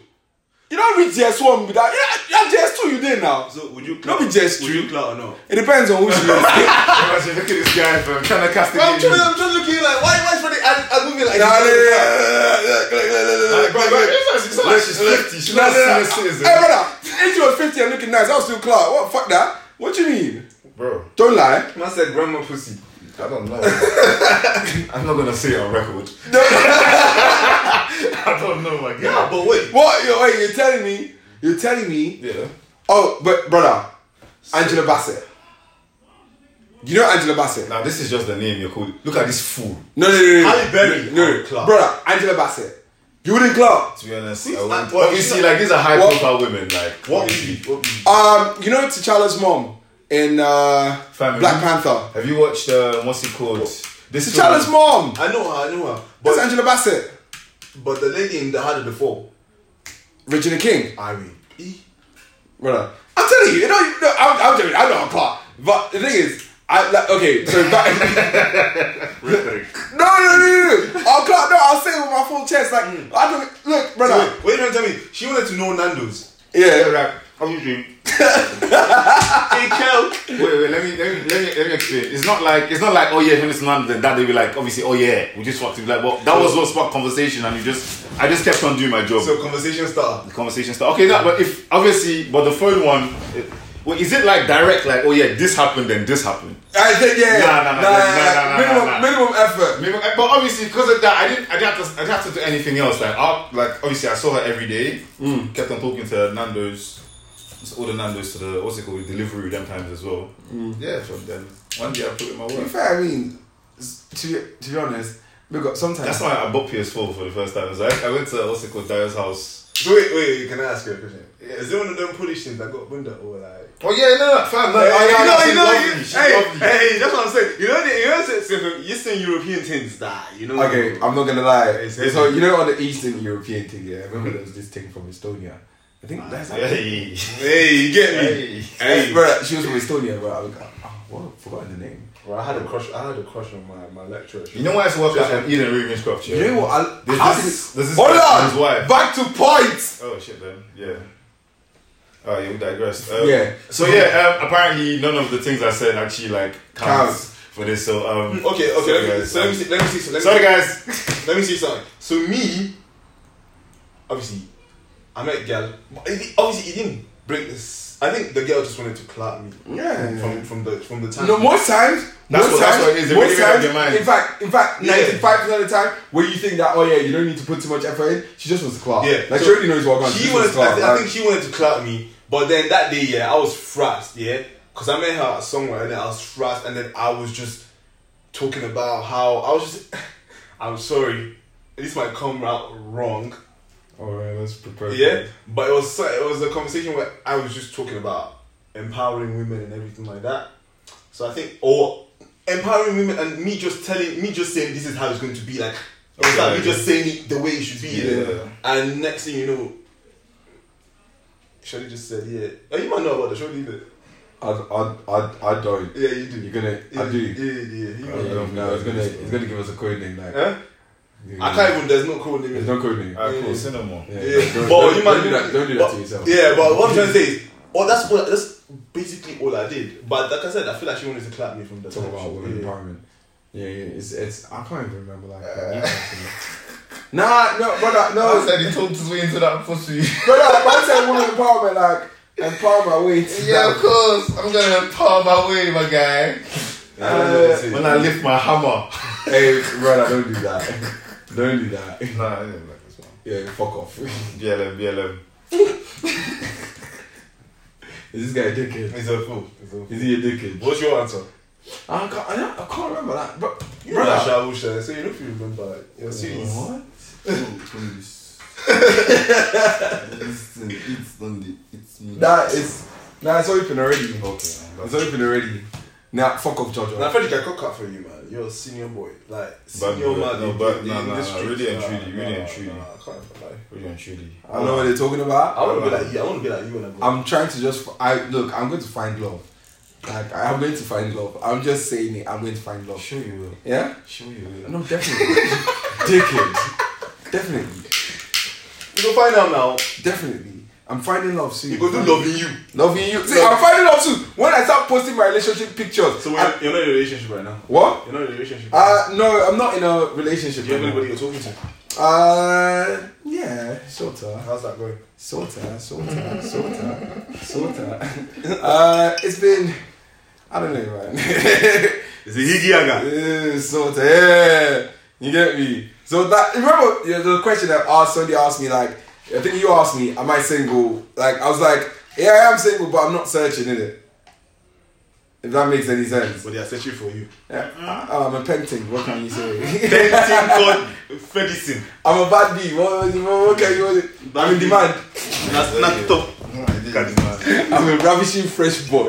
you don't reach JS one without. You have JS two. You there now? So would you Not be just Would true. you clout or not? It depends on which [LAUGHS] [LAUGHS] you. are. Imagine, look at this guy, fam. Trying to I'm cast the trying, I'm trying to look at you like, why, why is Freddy? I'm, I'm moving like. It's not like she's 50. She's not a senior citizen. Hey brother, if you was 50 and looking nice, I was still Clark. What fuck that? What you mean? Bro, Don't lie. Man said grandma pussy. I don't know. [LAUGHS] I'm not gonna say it on record. [LAUGHS] I don't know, my guy. Yeah, but wait. What you wait, you're telling me you're telling me Yeah. Oh but brother Angela Bassett. You know Angela Bassett? Now this is just the name you're called. Look at this fool. No no no no. Halle Berry, No, no, I'm Clark. Brother, Angela Bassett. You wouldn't Clark. To be honest, Who's I that? won't. What- Obviously, like these are high What- profile women. Like What is obviously. he? What is he? Um, you know T'Challa's mom in uh Family. Black Panther. Have you watched uh, what's it called? This T'Challa's film- mom! I know her, I know her. That's But, Angela Bassett. but the lady in the had it before, Regina King. Irene. E? Brother, I'm telling you, you know, you know I'm, I'm doing, I'm not a part. But the thing is, I like, okay, [LAUGHS] so back. [LAUGHS] no, no, no, no, no. I'll clock, no, I'll say it with my full chest. Like, I don't, look, So brother. Mm. wait, wait, don't tell me. She wanted to know Nando's. Yeah, Right. How you doing? [LAUGHS] Hey, Kel. Wait, wait. Let me, let me, let me, let me explain. It's not like it's not like oh yeah, when it's not then that they be like obviously oh yeah, we just fucked. it. Like well, that was what sparked conversation, and you just I just kept on doing my job. So conversation started. the conversation started. Okay, that, but if obviously, but the phone one, it, well, is it like direct? Like oh yeah, this happened, then this happened. I think, yeah. Nah, nah, nah, nah, nah, nah, Minimum, nah, nah. minimum effort. Maybe, but obviously, because of that, I didn't, I didn't, have to, I didn't have to do anything else. Like, I, like obviously, I saw her every day. Kept on talking to her, Nando's, all the Nando's to the what's it called, delivery them times as well. Yeah, from then one day I put in my To be work. fair, I mean, s- to be, to be honest, look, up, sometimes. That's why I bought PS4 for the first time. So I, I went to what's it called, Dio's house. So wait, wait, wait, can I ask you a question? Is there one of them Polish things that got bunda or like? Oh yeah, no, no, fam, no, Hey, oh, you yeah, know, she's you know, lovely, you- she's hey, lovely. hey, that's what I'm saying. You know, the, you know, it's, it's Eastern European things that you know. Okay, I'm not gonna lie. It's heavy. So you know, on the Eastern European thing, yeah. I remember there was this thing from Estonia, I think that's Hey. Hey, you get me? Hey. Hey. Bruh, she was from Estonia, bro. I was like, oh, what? Forgotten the name. Bro, I had a crush. I had a crush on my my lecturer. You know why it's worth that? Eden Ravenscroft, yeah. You know what? I, There's how this- did- there's this Hold guy on! and his wife. Back to point! Oh shit, then. Yeah. Oh yeah, we digressed. Um, Yeah. So yeah, um, apparently none of the things I said actually like counts Counts. for this. So um. Mm, Okay, okay. Let me, guys, so let me um, see. Let me see. So let me, Sorry guys. let me see something. So me, obviously, I met a girl. but it di- Obviously, it didn't break this. I think the girl just wanted to clap me. Yeah. From from the from the time. No, most times, That's most what- that's times, what it is. They most really have times, their mind. in fact, in fact, Yeah. ninety-five percent of the time, where you think that, oh yeah, you don't need to put too much effort in, she just wants to clap. Yeah. like so she already knows what going. she She just wanted. wants to clap. I, thi- I like, think she wanted to clap me, but then that day, yeah, I was frazzed, yeah, because I met her somewhere, and then I was frazzed, and then I was just talking about how I was just. [LAUGHS] I'm sorry, this might come out wrong, Alright, let's prepare. yeah, but it was so- it was a conversation where I was just talking about empowering women and everything like that. So I think or empowering women and me just telling me just saying this is how it's going to be like. Or it's like me just saying it the way it should be. Yeah. And next thing you know, Shirley just said, "Yeah, oh, you might know about the show, leave it." I, I, I, I don't. Yeah, you do. You're gonna. yeah, I do. Yeah, yeah. yeah. You Uh, Yeah, might know. no, it's gonna. It's gonna give us a code name. Like, Huh? yeah. I can't even. There's no code name. There's no code name. Alright, Yeah. cool. Cinema. Yeah, Yeah, don't, but don't, you don't might- do that. Don't do that but- to yourself. Yeah, but what I'm trying to say is, oh, that's all. That's basically all I did. But like I said, I feel like she wanted to clap me from the Talk time. about she- women yeah. Uh, empowerment. Yeah, yeah. It's, it's. I can't even remember like. the details, you know. Nah, no, brother, no. I said he talked his way into that pussy. But like, man said woman empowerment, like, empower my way to yeah, that. of course. I'm gonna power my way, my guy. Uh, When I lift my hammer. hey, brother, don't do that. Don't do that. nah, I didn't like this one. Yeah, fuck off. BLM, BLM. Is this guy a dickhead? It's a fool. It's a fool. Is he a dickhead? What's your answer? I can't, I, don't, I can't remember that. But, You know brother. Shaul Shah, so you know if you remember Uh-huh. your series. [LAUGHS] What? It's it's Dundee. It's me. That is. Nah, it's open already. Okay. man, It's that's- open already. Nah, fuck off, Jojo. Now, Freddy, I cock up for you, man. You're a senior boy, like Bad senior boy. man. No, in- but- in nah, the nah, nah, streets. really and Nah, truly, really nah, and truly. nah, I can't lie. Really and truly. I don't know what they're talking about. I want to be like you. I want to be like you when I grow. up. I'm trying to just. I look. I'm going to find love. Like I'm going to find love. I'm just saying it. I'm going to find love. Sure you will. Yeah. Sure you will. No, [LAUGHS] definitely. Dickhead. Definitely. You go find out now. Definitely. I'm finding love soon. You go do loving you. Loving you. See, I'm finding love soon. When I start posting my relationship pictures. So I- we're- you're not in a relationship right now. what? You're not in a relationship. Uh, no, I'm not in a Do relationship. you have right anybody now. you're talking to? Uh, yeah, sorta, How's that going? sorta, sorta, sorta, [LAUGHS] sorta. Uh, it's been, I don't know, man. [LAUGHS] Is it Higgy Aga? Yeah, sort of. Yeah, you get me. So that remember yeah, the question that asked somebody asked me like I think you asked me, am I single? Like I was like, yeah, I am single, but I'm not searching, innit? If that makes any sense. But they are searching for you. [LAUGHS] Yeah, I, I'm a painting. What can you say? [LAUGHS] Anything called Ferdison. I'm a bad bee. What, what, what can you? I'm in demand. That's not top. No, I didn't, man. I'm a ravishing fresh boy.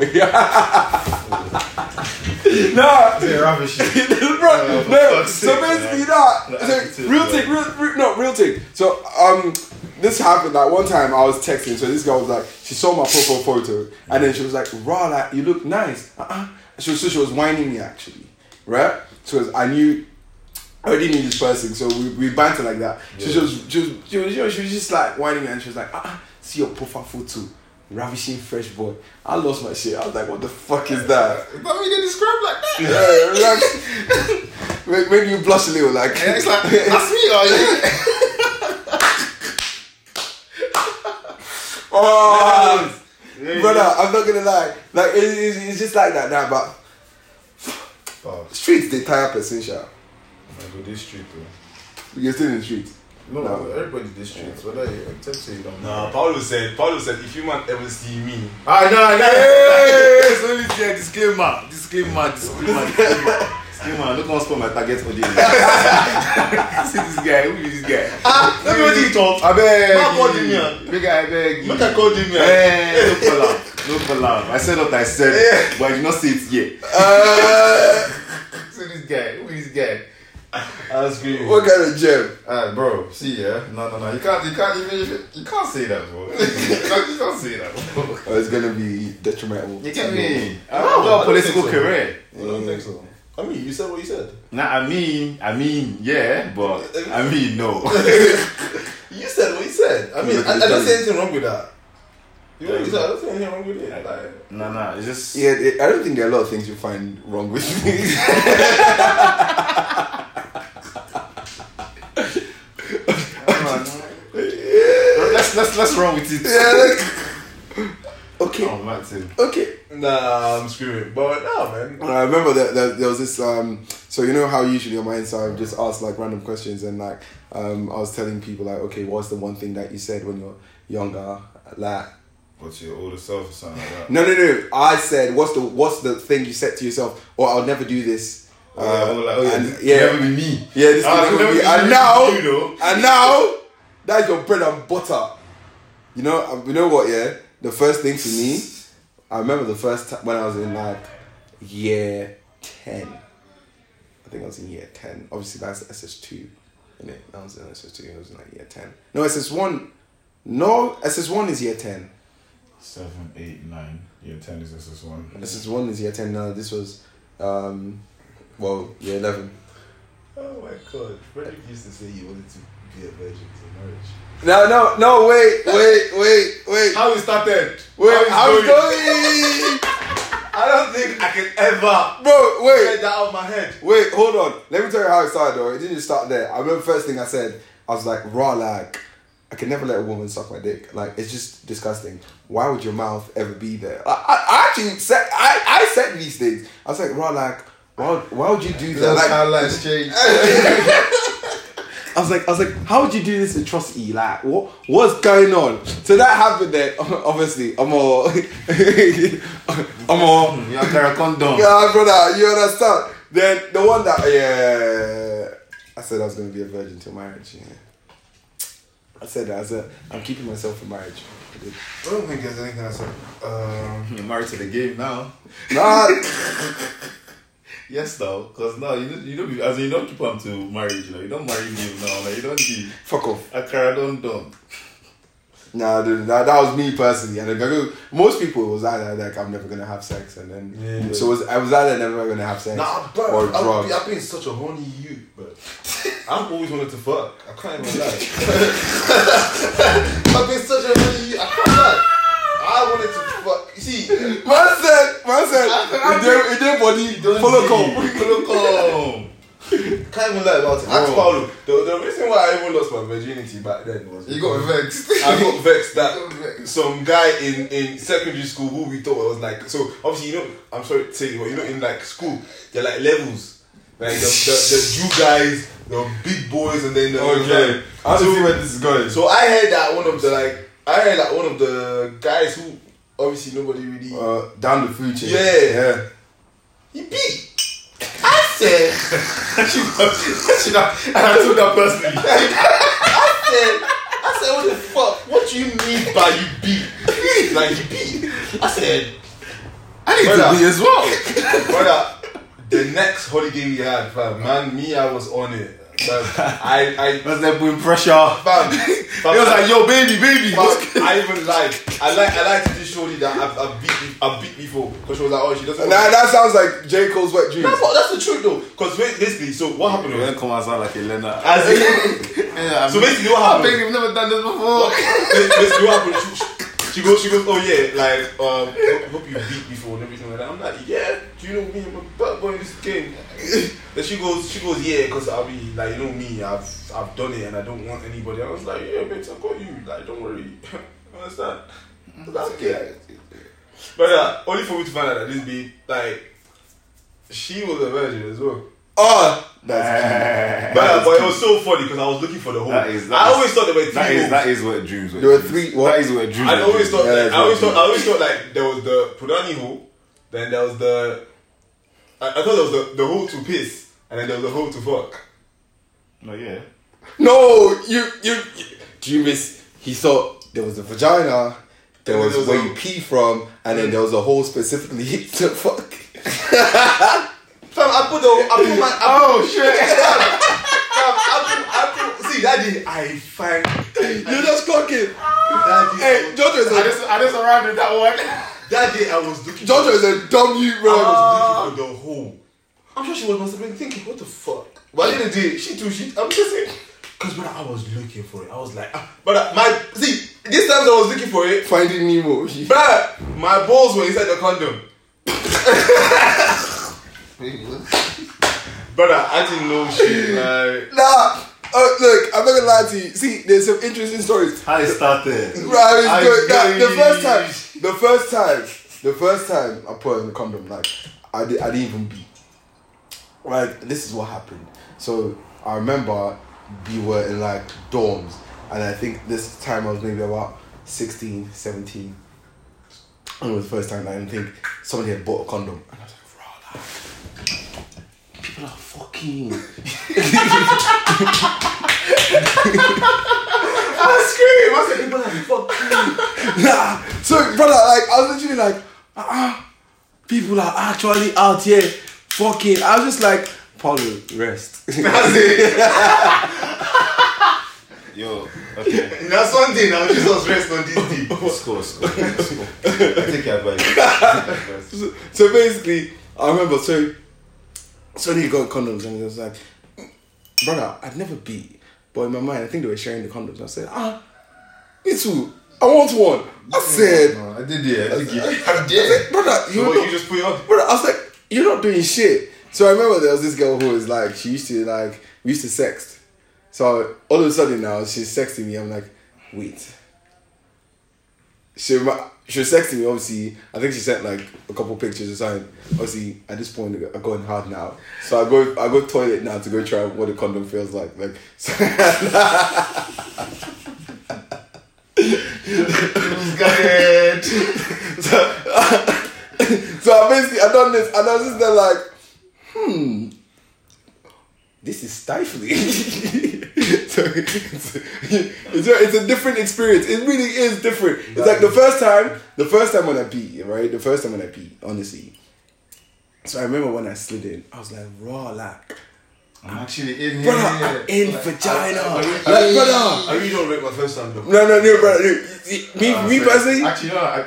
[LAUGHS] nah, It's a [LAUGHS] rubbish. Bro, no, Oh, fuck's so sake, basically man. that. That's So, it, real man. thing, real, real, no, real thing. So, um, this happened like one time I was texting. So this girl was like, she saw my profile photo, and then she was like, "Raw, like you look nice." Uh-uh. She was, so she was whining me actually, right? So I knew I already knew this person, so we, we banter like that. So she was, she was, she was, you know, she was just like whining me, and she was like, ah, see your profile photo, ravishing fresh boy. I lost my shit. I was like, what the fuck is that? But we didn't scrub like [LAUGHS] that. Yeah, like, [LAUGHS] make, make you blush a little, like. And it's like, that's me, are you? oh, brother, I'm not gonna lie. Like, it, it, it's just like that now, but Oh, streets they tie up essential. I go this street, though. You're still in the streets. No, No. everybody this street. Whether you attempt to, you don't No, Paulo Uh, said, Paulo said, if you man ever see me, Ah, no, Hey! no. Only say disclaimer, disclaimer, disclaimer, disclaimer. disclaimer. Look, what's for my target audience. [LAUGHS] See this guy. Who is this guy? let me what you talk. I beg. Not call you. Junior. Big guy, I beg. Look you. at call Jimmy. Eh, Hey, look for love. Look for love. I said what I said, but I did not say it yet. Uh, [LAUGHS] See this guy. Who is this guy? That's great. What kind of gem? Alright, Eh, bro. See, yeah. No, no, no. You can't. You can't even. You can't say that, bro. [LAUGHS] you can't you can't say that. Bro. Oh, it's gonna be detrimental. You get me? I No, don't got I don't a political think so. career. I don't think so. I mean, you said what you said. Nah, I mean, I mean, yeah, but I mean, no. You said what you said. I mean, Look, I, I it's don't done. see anything wrong with that. You know what you Yeah. said? I don't see anything wrong with it. Like, Nah, nah. It's just. Yeah, it- I don't think there are a lot of things you find wrong with [LAUGHS] me. [LAUGHS] Let's let's let's run with it. yeah, like, okay, Oh, Martin. okay. nah, I'm screaming. But nah, man. And I remember that, that there was this. Um, so you know how usually on my Insta I just ask like random questions and like um, I was telling people like, okay, what's the one thing that you said when you're younger? Like, What's your older self or something like that? no, no, no. I said, what's the what's the thing you said to yourself? Or I'll never do this. Um, Uh, Um, or like, oh, yeah, and- this- yeah. never be me. Yeah, this Ah, is never be, be and me, now, you know. and now, that's your bread and butter. You know, um, you know what? Yeah, the first thing to me, I remember the first time when I was in like year ten. I think I was in year ten. Obviously, that's SS two, innit? I was in SS two. I was in like year ten. No, SS one. No, SS one is year ten. Seven, eight, nine. Yeah, ten is this is one. SS one is year ten. No, this was, um, well, year eleven. Oh my god. Frederick used to say you wanted to be a virgin to marriage. No, no, no! Wait, wait, wait, wait. How we started? Wait, How I'm it's going, I don't think I can ever bro. Wait, get that out of my head. wait, hold on. Let me tell you how it started. Though it didn't just start there. I remember first thing I said. I was like, raw, like I can never let a woman suck my dick. Like it's just disgusting. Why would your mouth ever be there? I, I, I actually said, I, I said these things. I was like, raw, like why, would- why would you do that? Like, life's changed. I was like, I was like, how would you do this atrocity? Like, what, what's going on? So that happened there. [LAUGHS] Obviously, I'm all, [LAUGHS] I'm all. You are carry condom. Yeah, brother, you understand? Then the one that yeah, I said I was gonna be a virgin till marriage. Yeah. I said that. I said I'm keeping myself for marriage. I did. I don't think there's anything I said. Um, You're married to the game now. Nah, Yes, though, because now you don't, you don't be, as in, you don't keep on to marriage. Like you don't marry game now. Like you don't be fuck off. a carry don't don't. Nah, dude, that, that was me personally. And I go, most people was either like I'm never gonna have sex, and then Yeah. so it was I was either never gonna have sex Nah, or bro. I've drugs. been, I've been such a horny youth, bro. [LAUGHS] I've always wanted to fuck. I can't even lie. [LAUGHS] I've been such a horny youth. I can't lie. I wanted to fuck. You see, Man said, man said, I've it did body follow come. Colocom. can't even lie about it. Ask Oh. [LAUGHS] Paulo. The, the reason why I even lost my virginity back then was you got vexed. I got vexed that some guy in, in secondary school who we thought was like so obviously you know I'm sorry to say this, but you know in like school they're like levels like the the, the Jew guys the big boys and then the Okay, I don't see where this is going. so I heard that one of the like I heard that one of the guys who obviously nobody really Uh, down the food chain. Yeah. yeah. he beat I said and I took that personally. I said I said what the fuck what do you mean by you beat like you beat I said I need Brother. to be as well. Brother, the next holiday we had, fam, man, me, I was on it. Fam, I, I, Because they're putting pressure. fam, fam, It was like, yo, baby, baby. fam, I even lied. I like, I lied to this shorty that I've, I've beat, be- I've beat before, because she was like, oh, she doesn't. Nah, that sounds like J. Cole's wet dreams. that's, what, that's the truth though, because basically, so what happened You're was, gonna come outside like a Leonard. as in, [LAUGHS] Yeah, so [LAUGHS] basically what happened. I've never done this before. this girl happened. She, she goes, she goes, oh yeah, like um, ho- hope you beat before and everything like that. I'm like, yeah, do you know me? I'm a bad boy in this game. [LAUGHS] then she goes, she goes, yeah, because I'll be like, you know me, I've I've done it and I don't want anybody. I was like, yeah, bitch, I got you. Like, don't worry. [LAUGHS] Understand? Mm-hmm. That's okay. But uh, only for me to find out that this be like, she was a virgin as well. Oh, that's But, uh, but it was so funny because I was looking for the hole. That is- that I is- always thought there were three That is holes. that is what dreams were. there were three. What? That is what dreams I always thought, Yeah, like, I always exactly. thought, I always thought like there was the Pudani hole, then there was the, I, I thought there was the, the hole to piss, and then there was the hole to fuck. No, yeah. No, you, you, you. Do you miss? He thought there was a vagina, And there then was, there was where a- you [LAUGHS] pee from, and then there was a hole specifically to fuck. Fam, I put the I put my I Oh shit! put, I put, I put see daddy I find You just cocking. daddy Hey, Jojo is I a just I just arrived at that one. that day I was looking Jojo is Ah. a dumb you, I bro. was looking for the hole. I'm sure she was must have been thinking what the fuck. But at the end of the day she too she I'm just saying because when I was looking for it I was like ah, but my see this time I was looking for it Finding Nemo. [LAUGHS] Bruh, my balls were inside the condom. Brother, I didn't know shit. Like, Nah, uh, look, I'm not gonna lie to you. See, there's some interesting stories. How it started? Bro, I was I doing that the agree. first time. The first time. The first time I put on the condom, like I did, I didn't even be. Like this is what happened. So I remember we were in like dorms, and I think this time I was maybe about 16, 17. And it was the first time I didn't think somebody had bought a condom. [LAUGHS] And I was like, bro, like, people are fucking. I said, people like, fuck you. nah. So, brother, like, I was literally like, ah, people are actually out here fucking. I was just like, Paulo, rest. [LAUGHS] That's it. Yo, okay. [LAUGHS] Now Sunday, now Jesus rest on this day. Score, score, [LAUGHS] score. I take your advice. I take your [LAUGHS] advice. so, so basically, I remember, so, Sony got condoms and he was like, brother, I'd never be. But in my mind, I think they were sharing the condoms. I said, ah, me too. I want one. I said, No, I did it. I did it. I I did. said, brother, you So know, what, you just put it [LAUGHS] on? Bro, I was like, you're not doing shit. So I remember there was this girl who was like, she used to like, we used to sext. So all of a sudden now she's sexting me. I'm like, wait. She remi- she was sexting me. Obviously, I think she sent like a couple pictures or something. Obviously, at this point, I'm going hard now. So I go, I go toilet now to go try what a condom feels like. Like, [LAUGHS] so, so I basically I done this and I was just there like, hmm, this is stifling. [LAUGHS] so it's, it's, a- it's a different experience. It really is different. It's like the first time, the first time when I pee, right? The first time when I pee, honestly. So I remember when I slid in, I was like, raw, like, I'm actually in here. brother, I'm in vagina. like, brother. I Ah, really don't rate my first time though. No, no, no, brother. No. Me, me personally, Oh, Actually, no. I,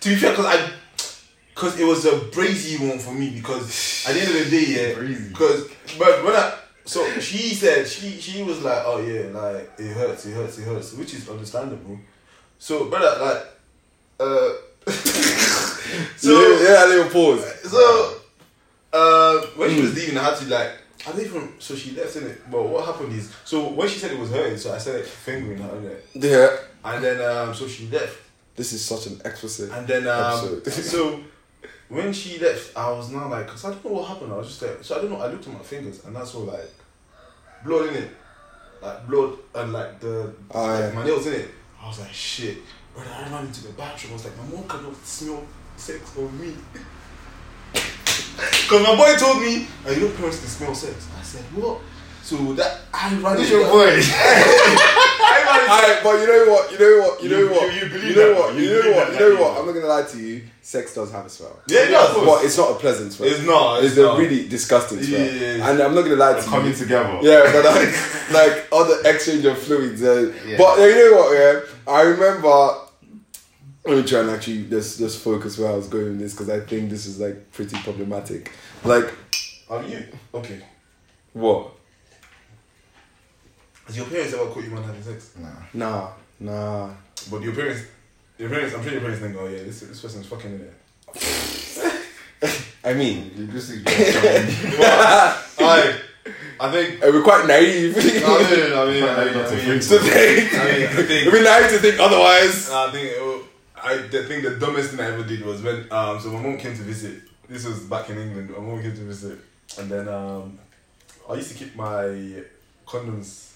To be fair, because I, because it was a brazy one for me because at the end of the day, yeah, Brazy. because but when I so she said she she was like, oh yeah, like it hurts, it hurts, it hurts, which is understandable. So brother, like, uh, so yeah, yeah, a little pause. so uh, when she was leaving, I had to like. I didn't even, so she left in it. But what happened is, so when she said it was hurting, so I started fingering her in it, Yeah, and then um, so she left. this is such an explicit. And then, um, Episode. so when she left, I was now like, because I don't know what happened. I was just like, so I don't know. I looked at my fingers, and that's all like blood in it, like blood and like the Oh, like, yeah. my nails in it. I was like, shit. But I ran into the bathroom. I was like, my mom cannot smell sex on me. Because my boy told me, oh, you know, parents can smell sex. I said, what? So that I ran into the- [LAUGHS] I ran into- Alright, but you know what? You know what? You know You- what? you- you believe know that, what? you You know believe what? that, You know like, what? you- I'm not gonna lie to you. Sex does have a smell. Yeah, it does. but it's not a pleasant smell. It's not, It's, it's a not. really disgusting smell. Yeah, yeah, yeah. And I'm not gonna lie to you. coming together. Yeah, but like, [LAUGHS] like other exchange of fluids. Uh, Yeah. But you know what? Yeah, I remember. Let me try and actually just just focus where I was going with this because I think this is like pretty problematic. Like Are you okay? what? Has your parents ever caught you man having sex? Nah, nah. But your parents, your parents, I'm sure your parents think, oh yeah, this, this person's fucking in it. I mean, You just think you're I, I think. uh, we're quite naive. [LAUGHS] I mean, I mean, I I mean, got I to mean, think. to think. I mean, I think, It'd be naive to think otherwise. I think, it, I the thing, the dumbest thing I ever did was when, um, so my mom came to visit. This was back in England. My mom came to visit, and then um, I used to keep my condoms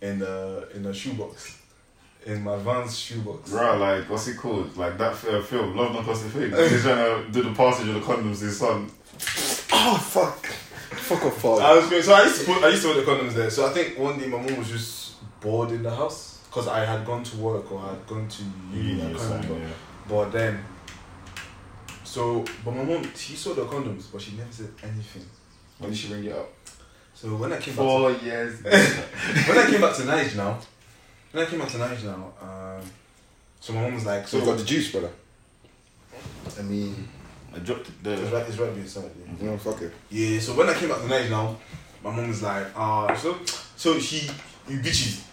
in the in a shoebox, in my van's shoebox. Bro, like, what's it called? Like that uh, film, Love Not Cost a Thing. They're trying to do the passage of the condoms to his son. Oh fuck. Fuck off, I fuck. was so I used to put I used to put the condoms there. So I think one day my mom was just bored in the house because I had gone to work or I had gone to uni. I Yeah, can't son, remember. yeah. But then, so but my mom she saw the condoms, but she never said anything. When did she bring it up? So when I came back Four years. [LAUGHS] later. to, when I came back to Nige now, when I came back to Nige now, um, so my mom was like, so So you got the juice, brother. I mean, I dropped it it's there. right, it's right beside me. No, fuck it. Yeah, so when I came back to Nigeria now, my mom was like, ah, so, so she, you bitches.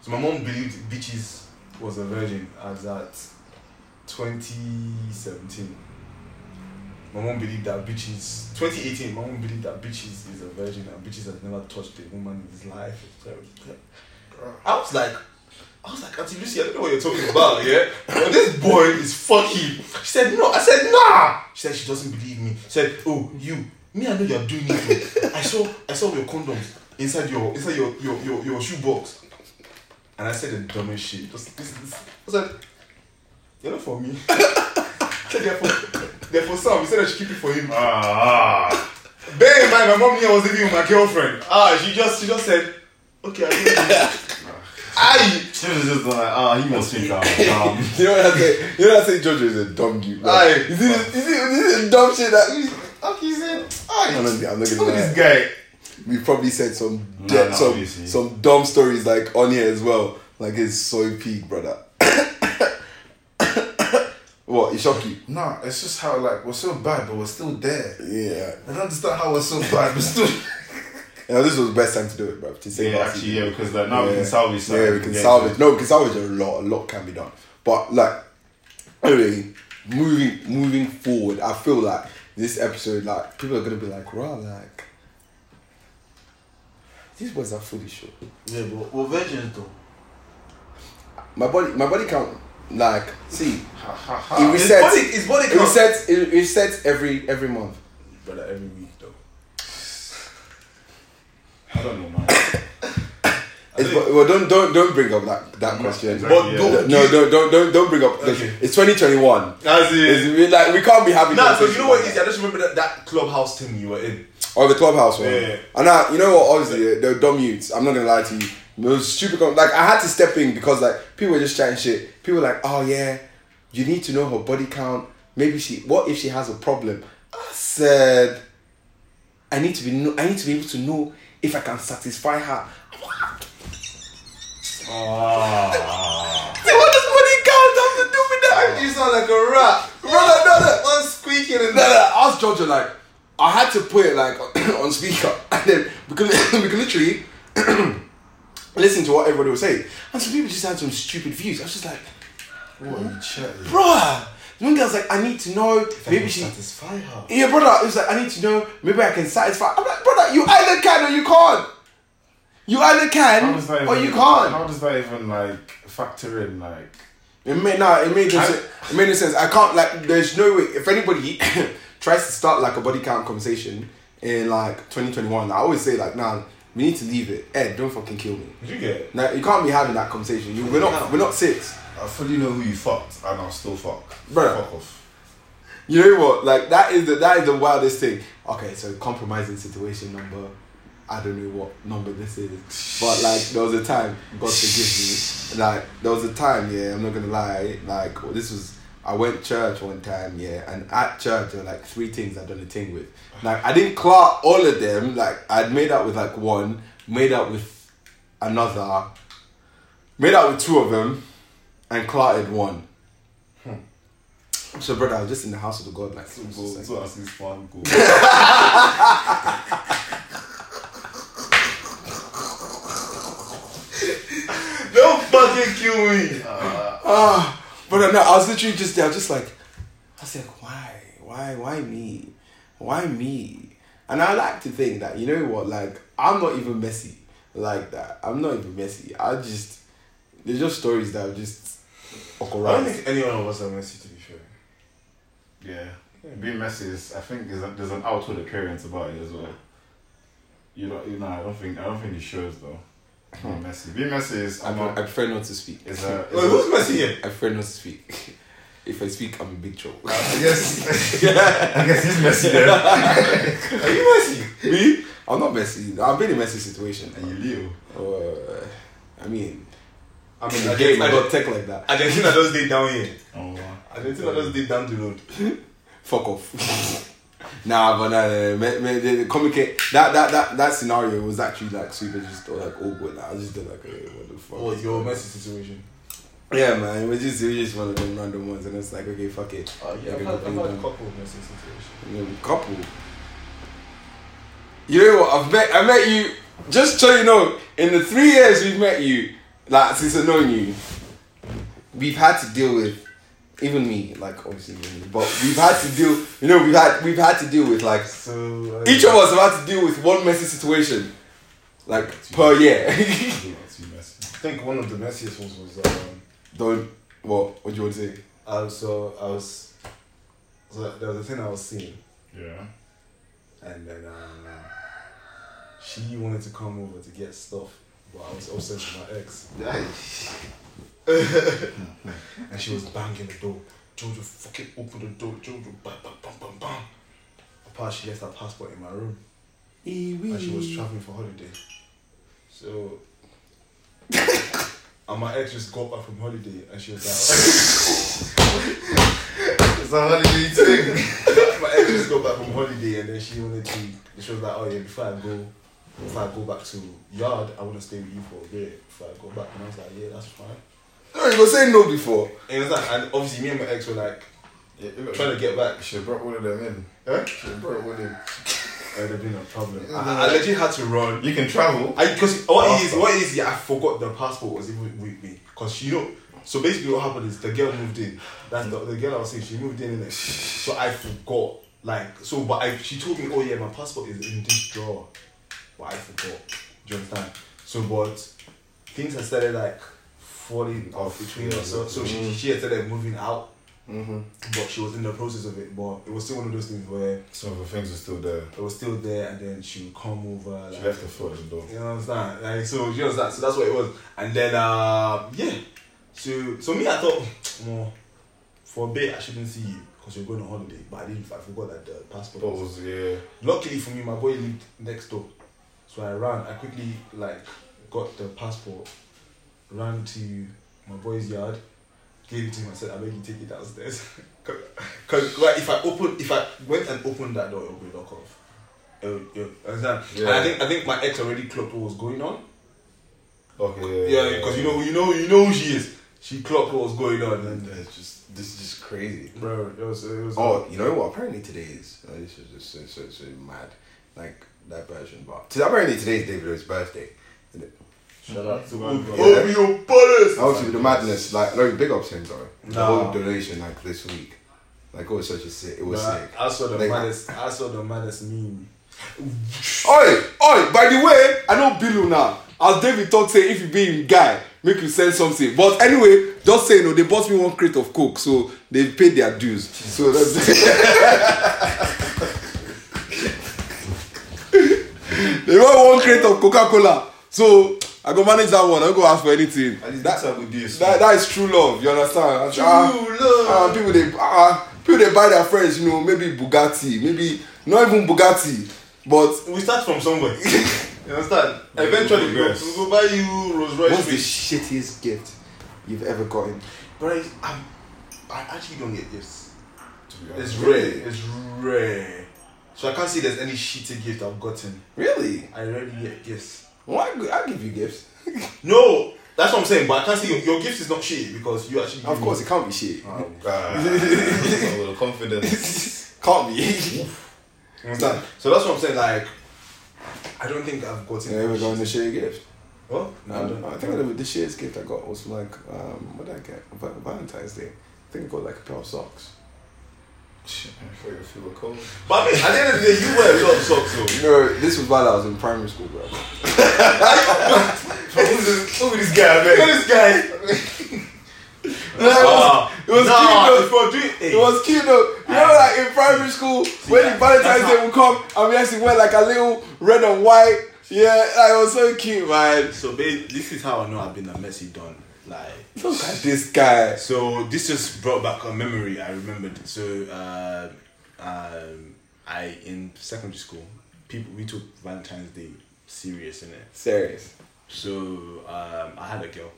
So my mom believed bitches was a virgin as at 2017. My mom believed that bitches, 2018, my mom believed that bitches is a virgin and bitches has never touched a woman in his life. I was like, I was like, Auntie Lucy, I don't know what you're talking about, yeah? But this boy is fucking. She said, no. I said, nah. She said, she doesn't believe me. She said, oh, you. Me, I know you're doing it. I saw, I saw your condoms inside your, inside your, your, your, your shoe box. And I said the dumbest shit. Just, this, this. I said, you're not for me. [LAUGHS] I said, they're for, they're for Sam. He said I should keep it for him. Ah, Bear in mind, my mom here was living with my girlfriend. Ah, she just, she just said, okay, I'll give it to you. Aye. she was just like, ah, he must think I'm dumb. [LAUGHS] [LAUGHS] You know what I say? You know what I say? Jojo is a dumb dude. bro. Aye. Is this, is this, is this dumb shit that? Okay, he said, I'm aye. not, I'm not gonna Look lie. at this guy. we probably said some de- No, no, some obviously. some dumb stories like on here as well. Like it's so peak, brother. [COUGHS] what? It shock you? nah, it's just how like we're so bad, but we're still there. Yeah. I don't understand how we're so bad, [LAUGHS] but still. You know, this was the best time to do it, bro. To say Yeah, varsity. actually, yeah, because like now we can salvage that. Yeah, we can Yeah, salvage. No, we can salvage a lot. A lot can be done. But like, anyway, moving moving forward, I feel like this episode, like people are gonna be like, "Wow, like these boys are fully sure." Yeah, but we're virgins though. My body, my body count, like, see, Ha ha ha. It It's resets. body, it's body it count. resets. It resets every every month. Brother, every week though. I don't know, man. It's, but, well, don't don't don't bring up that that question. exactly. But Yeah. don't. No, no, don't don't don't bring up. Okay. It's 2021. As It's, in. we, like we can't be having. Nah, so conversations you know what like it is? that. I just remember that, that clubhouse thing you were in. Or Oh, the clubhouse one. Yeah. And I, you know what? Obviously, yeah, they're dumb youths. I'm not gonna lie to you. Those stupid. Con- like I had to step in because like people were just chatting shit. People were like, oh yeah, you need to know her body count. Maybe she. What if she has a problem? I said, I need to be. No- I need to be able to know if I can satisfy her. Ah, Then what does body count have to do with that? You sound like a rat. Brother, no, no. One squeaking and No, no, I was Georgia like I had to put it like [COUGHS] on speaker and then we could [COUGHS] we could literally listen to what everybody was saying. And some people just had some stupid views. I was just like, what are you chatting? bruh. One girl's like, I need to know. Maybe she satisfy her. Yeah, brother, it was like, I need to know, maybe I can satisfy I'm like, brother, you either can or you can't. You either How can does that or even- you can't. How does that even like factor in like? It made no, it made no sense. It made no sense. I can't like. There's no way. If anybody [COUGHS] tries to start like a body count conversation in like 2021, I always say like, nah, we need to leave it. Ed, don't fucking kill me. Did you get it? Now you can't be having that conversation. You, we're not. We're not six. I fully know who you fucked, and I'll still fuck. Bruh. Fuck off. You know what? Like that is the that is the wildest thing. Okay, so compromising situation number. I don't know what number this is, but like there was a time, God forgive me. Like there was a time, yeah. I'm not gonna lie. Like this was, I went church one time, yeah, and at church there were like three things I done a thing with. Like I didn't clerk all of them. Like I'd made out with like one, made out with another, made out with two of them, and clarted one. So, brother, I was just in the house of the God, like, I was just So, like- so as his one [LAUGHS] goal. Don't fucking kill me. ah, brother, no, I was literally just there, I was just like, I was like, why, why, why me, why me? And I like to think that you know what, like, I'm not even messy like that. I'm not even messy. I just, they're just stories that are just I don't awkward. think anyone of us are messy to be fair. yeah. Being messy is, I think, there's, a, there's an outward appearance about it as well. You know, you know, I don't think, I don't think it shows though. Being messy, being messy is, Hmm. I, I'm pre- I [LAUGHS] not, prefer not to speak. is [LAUGHS] a, Wait, is who's messy here? I prefer not to speak. [LAUGHS] If I speak, I'm in big trouble. a, I [LAUGHS] guess, Uh, I guess he's messy there. Are you messy? [LAUGHS] Me? I'm not messy. I've been in messy situation. And you Leo. Uh, I mean, I in mean, the I game, didn't, I I, didn't, got tech like that. I didn't think I just did down here. Oh, wow. I didn't think I just did down the road. Fuck off. [LAUGHS] Nah, but nah, nah, nah. Man, man, the, the comic that, that that that scenario was actually like super just like awkward. Like, I just did like, hey, what the fuck? What was your Messi situation? Yeah, man, it was just it was just one of them random ones, and it's like, okay, fuck it. Uh, yeah, I've had, I've had a couple of Messi situations. You know, couple. You know what? I've met I met you just so you know. In the three years we've met you, like since I've known you, we've had to deal with even me, like obviously, even me, but we've had to deal. You know, we've had we've had to deal with like So, uh, each of us have had to deal with one messy situation, like per year. [LAUGHS] Too messy. I think one of the messiest ones was um, Don't what? What do you want to say? I was, so I was so there was a thing I was seeing, Yeah. and then um, she wanted to come over to get stuff, but I was upset with my ex, and she was banging the door. Jojo fucking open the door. Jojo bam bam bam bam bam. Apart, she left her passport in my room, and she Hmm. was traveling for holiday. So. And my ex just got back from holiday and she was like, "Oh, It's a holiday thing. my ex just got back from holiday and then she wanted to she was like, Oh yeah, before I go before I go back to yard, I wanna stay with you for a bit before I go back and I was like, Yeah, that's fine. No, you were saying no before. And it was like and obviously me and my ex were like trying Yeah, to get back. she brought all of them in. Huh? She brought all of [LAUGHS] them. It would have been a problem. I, I legit had to run. You can travel. I because what it is what it is yeah, I forgot the passport was even with me. Cause you know so basically what happened is the girl moved in. That's the, the girl I was saying, she moved in innit? So I forgot. Like so but I she told me, Oh yeah, my passport is in this drawer. But I forgot. Do you understand? So but things had started like falling off between us. So, so she she had started moving out. But she was in the process of it, but it was still one of those things where Some of the things are still there. it was still there, and then she would come over. Like, She left the foot at the door. you know what I'm saying? Like, so, you know that. So that's what it was. And then, uh, yeah. So, so me, I thought, well, for a bit, I shouldn't see you because you're going on holiday. But I didn't. I forgot that the passport. But was- was, yeah. Luckily for me, my boy lived next door, so I ran. I quickly like got the passport, ran to my boy's yard, gave it to him. I said, "I beg you, take it downstairs." [LAUGHS] Because like, if I open, if I went and opened that door, it would be locked off. It would, it would, understand? And I Yeah. think I think my ex already clocked what was going on. Okay, yeah. Yeah, because you know, you know, you know who she is. She clocked what was going on, and uh, It's just this is just crazy. bro, it was it was. Oh, you know what? Apparently today is uh, this is just so so so mad, like that version. But today, apparently today is David O's birthday. shout out to Oh, Obi- yeah. Obi Obalis. Obviously, with the madness, like no big ups to him sorry. The Nah. whole donation like this week, like it was such a sick. It was Nah, sick. I saw the Like- maddest. I saw the maddest meme. Oi, oi, by the way, I know Bilu now. As David talk say, if you be him guy, make you send something. But anyway, just say no, they bought me one crate of coke, so they paid their dues. So that's [LAUGHS] They want one crate of Coca-Cola. So I go manage that one. I don't go ask for anything. At least That, that's how we do it. that, that is true love, you understand? True uh, people they uh, people they buy their friends, you know, maybe Bugatti, maybe not even Bugatti, but We start from somewhere. you understand? Eventually, we'll, Yes. we'll buy you Rolls Royce. What's the Fish. shittiest gift you've ever gotten? Bro, I'm, I actually don't get gifts. to be honest. It's rare. It's rare. So I can't say there's any shitty gift I've gotten. Really? I rarely get gifts. Well, I, I give you gifts. No, that's what I'm saying. But I can't say your, your gift is not shitty because you actually. Of course, it can't be shit. [LAUGHS] [LAUGHS] Ah, with [LAUGHS] confidence. Can't [LAUGHS] be. You understand? So that's what I'm saying. Like, I don't think I've gotten. you ever shit- gotten the shitty gift? What? No, I Um, don't. I think the, the shittiest gift I got was like, um, what did I get? Va- Valentine's Day. I think I got like a pair of socks. Shit, I thought you were full of cold. But I mean, at the end of the day, you wear a lot of socks, though. You know, this was while I was in primary school, bro. Who's this, who this guy, man? Who this guy? Ah. Nah, it was nah, cute though. if you're doing- It was cute though. You know, like in primary school, when the Ah. that- Valentine's that's Day would come, and we actually wear like a little red and white. Yeah, like, it was so cute, man. So, babe, this is how I know I've been a messy don. Like, Look at this guy. so this just brought back a memory I remembered. So, uh, um, I in secondary school, people we took Valentine's Day serious in it. Serious. So, um, I had a girl.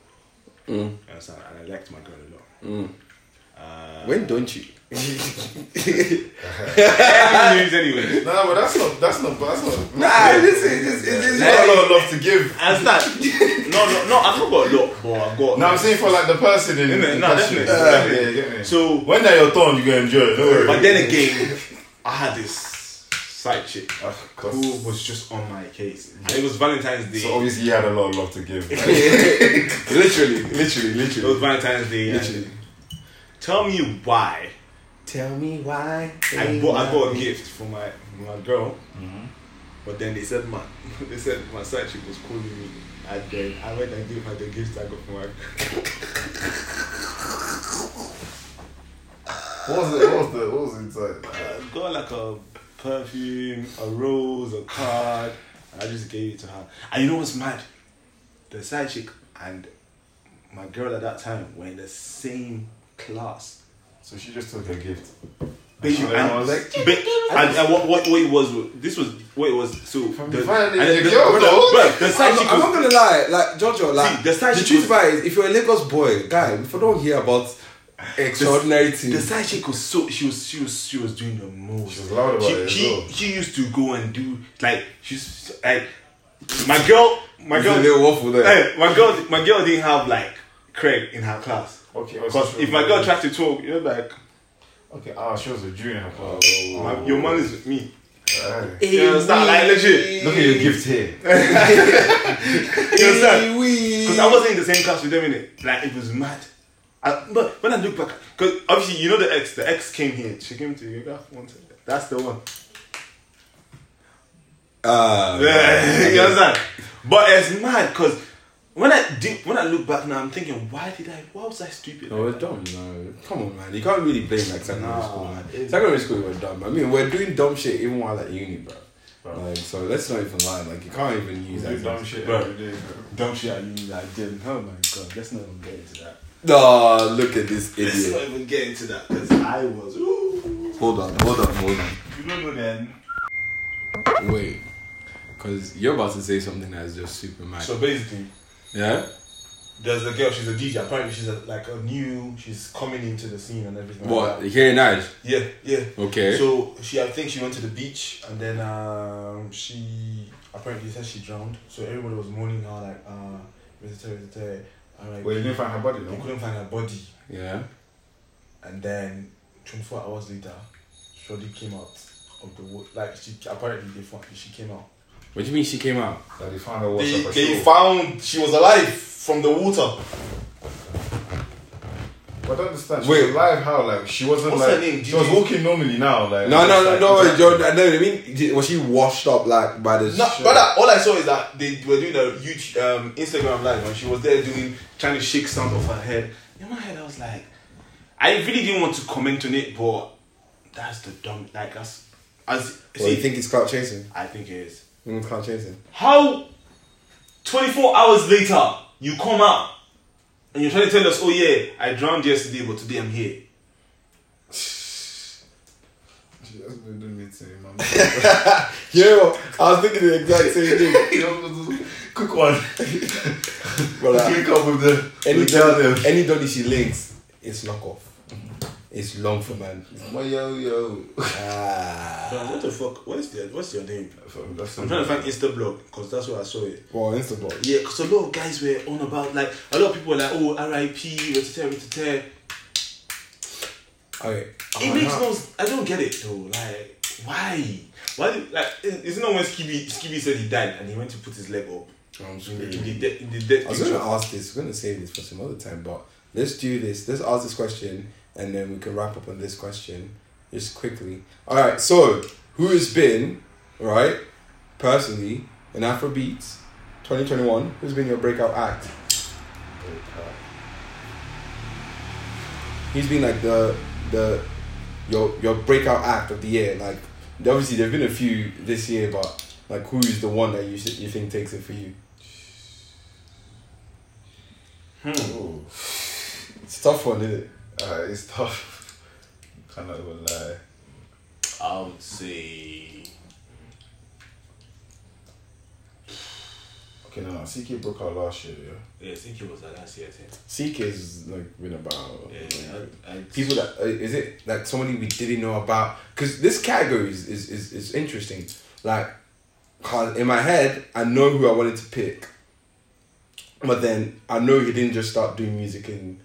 You understand? And I liked my girl a lot. Uh, When don't you? News anyway. no, no, but that's not. That's not. That's not. Nah, this is this is You got a lot of love to give. As that, no, no, no, I've not got a lot, but I've got. No, I'm saying for like the person in, Innit? in Nah, question. definitely. Yeah, Definitely. yeah, you get me. So, when they're your turn, you gonna enjoy it. Don't worry. but then again, I had this side chick Ugh, that's- who was just on my case. And it was Valentine's Day. So obviously, you had a lot of love to give. [LAUGHS] Like, literally, literally, it literally. was Valentine's Day. And tell me why. Tell me why. I bought, I bought a gift for my my girl, Mm-hmm. but then they said my [LAUGHS] they said my side chick was calling me, and then I went and gave her the gift I got for my. [LAUGHS] what was it? What was the? What was inside? I got like a perfume, a rose, a card. And I just gave it to her, and you know what's mad? The side chick and my girl at that time were in the same class. So she just took her gift. But you, And I was like, but, and, and what, what, what it was, this was, what it was, so. The, Friday, and then the, yo, bro, no. bro, the I'm side not, chick I'm was not gonna lie, like Jojo, like the the, side chick truth was- about it is, if you're a Lagos boy, guy, if I don't hear about extraordinary The things, side chick was so she was she was she was doing the most. She was loud about she, it as She, well. used to go and do like she's like my girl my there's a girl little waffle there. [LAUGHS] eh, my girl my girl didn't have like Craig in her class. Okay, oh, Because so if she my was- girl tried to talk, you know like Okay, ah, she was a junior. Oh, my, your man is with me. Look You understand? Like legit. at your gift here. You understand? Because Because I wasn't in the same class with them in it. Like it was mad. I, but when I look back, because obviously you know the ex, the ex came here. She came to you. That's the one. Uh, Yeah, [LAUGHS] you understand? But it's mad because when I do, when I look back now, I'm thinking, why did I? Why was I stupid? no, we're dumb. No, come on, man. You can't really blame like secondary Nah, school, man. it- Secondary school, we were dumb. I mean, we're doing dumb shit even while at uni, bro. Like, so let's not even lie. Like, you can't even use that. Do dumb shit Bro. every day. bro. Dumb shit at uni that I did. Oh my god, let's not even get into that. Nah, look at this Let's idiot. not even get into that because I was. Ooh. Hold on, hold on, hold on. You don't know then. Wait, because you're about to say something that's just super mad. So basically, yeah? there's a girl. She's a DJ. Apparently, she's a, like a new. She's coming into the scene and everything. like What? that. Here in Irish? Yeah, yeah. Okay. So she, I think she went to the beach and then um, she apparently said she drowned. So everybody was mourning her like, uh, visitor, visitor. Alright. Well, you didn't find her body, They no? couldn't find her body. yeah. And then 24 hours later, Shorty came out of the wood. Like, she apparently they found, she came out. What do you mean she came out? That they found her wash They, up her they shoe. found she was alive from the water. But I don't understand. She Wait. was alive how? Like, she wasn't What's like. her name? She was Gigi? walking normally now. Like, No, no, just no, like- no. exactly. John, I know what I mean. Did- Was she washed up like by the? No, shit? brother, all I saw is that they were doing a huge um, Instagram live and she was there doing, trying to shake some of her head. In my head, I was like, I really didn't want to comment on it, but that's the dumb, like, that's, as, Well, see, you think it's clout chasing? I think it is. Mm, clout chasing. How 24 hours later you come out and you're trying to tell us, oh yeah, I drowned yesterday, but today I'm here. [LAUGHS] She just didn't mean to, [LAUGHS] man. Yeah, I was thinking the exact same thing. You know, Quick one. [LAUGHS] Brother, Quick up with the. any with the- dog, any doggy she links, it's knockoff. It's long for [LAUGHS] man. Well, yo, yo. Ah. what the fuck? What's the what's your name? That's I'm trying to find Insta blog because that's where I saw it. Well, Instagram. Yeah, because a lot of guys were on about like a lot of people were like, oh R.I.P. Retete Retete. Okay. It makes Ah, no. I don't get it though. Uh-huh. Like why? Why? Do, like is is it not when Skibby Skibby said he died and he went to put his leg up I'm in sorry. the de- in the death I was going picture? to ask this. We're going to save this for some other time, but let's do this. Let's ask this question, and then we can wrap up on this question just quickly. All right. So, who has been right personally in Afrobeats 2021? Who's been your breakout act? He's been like the the your your breakout act of the year. Like obviously there've been a few this year, but like who is the one that you s- you think takes it for you? Hmm. Ooh. It's a tough one, isn't it? Uh, it's tough. Cannot even lie. I would say Okay, no, no. CK broke out last year. Yeah. Yeah, I think it was that last year. I think. CK's like been about Yeah, I, I, people that uh, is it like somebody we didn't know about because this category is, is is is interesting. Like, 'cause in my head, I know who I wanted to pick, but then I know he didn't just start doing music in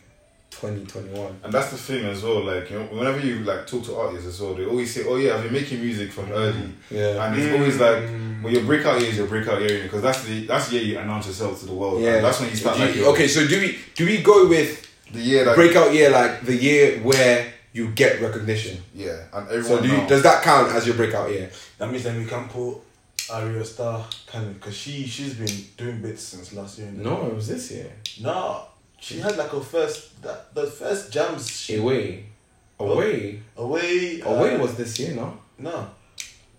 twenty twenty one. And that's the thing as well. Like, you know, whenever you like talk to artists as well, they always say, "Oh yeah, I've been making music Mm. from early." Yeah, And it's always like, well, your breakout year is your breakout year because that's the that's the year you announce yourself to the world. yeah. And oh, that's when you start. Do like, you- your- okay, so do we do we go with The year that breakout year like the year where you get recognition? Yeah, and everyone. So do you, now- does that count as your breakout year? That means then we can put Aria Star kind of because she she's been doing bits since last year. it was this year. no, she had like her first that the first jams she Away, away, away uh, away was this year, no? no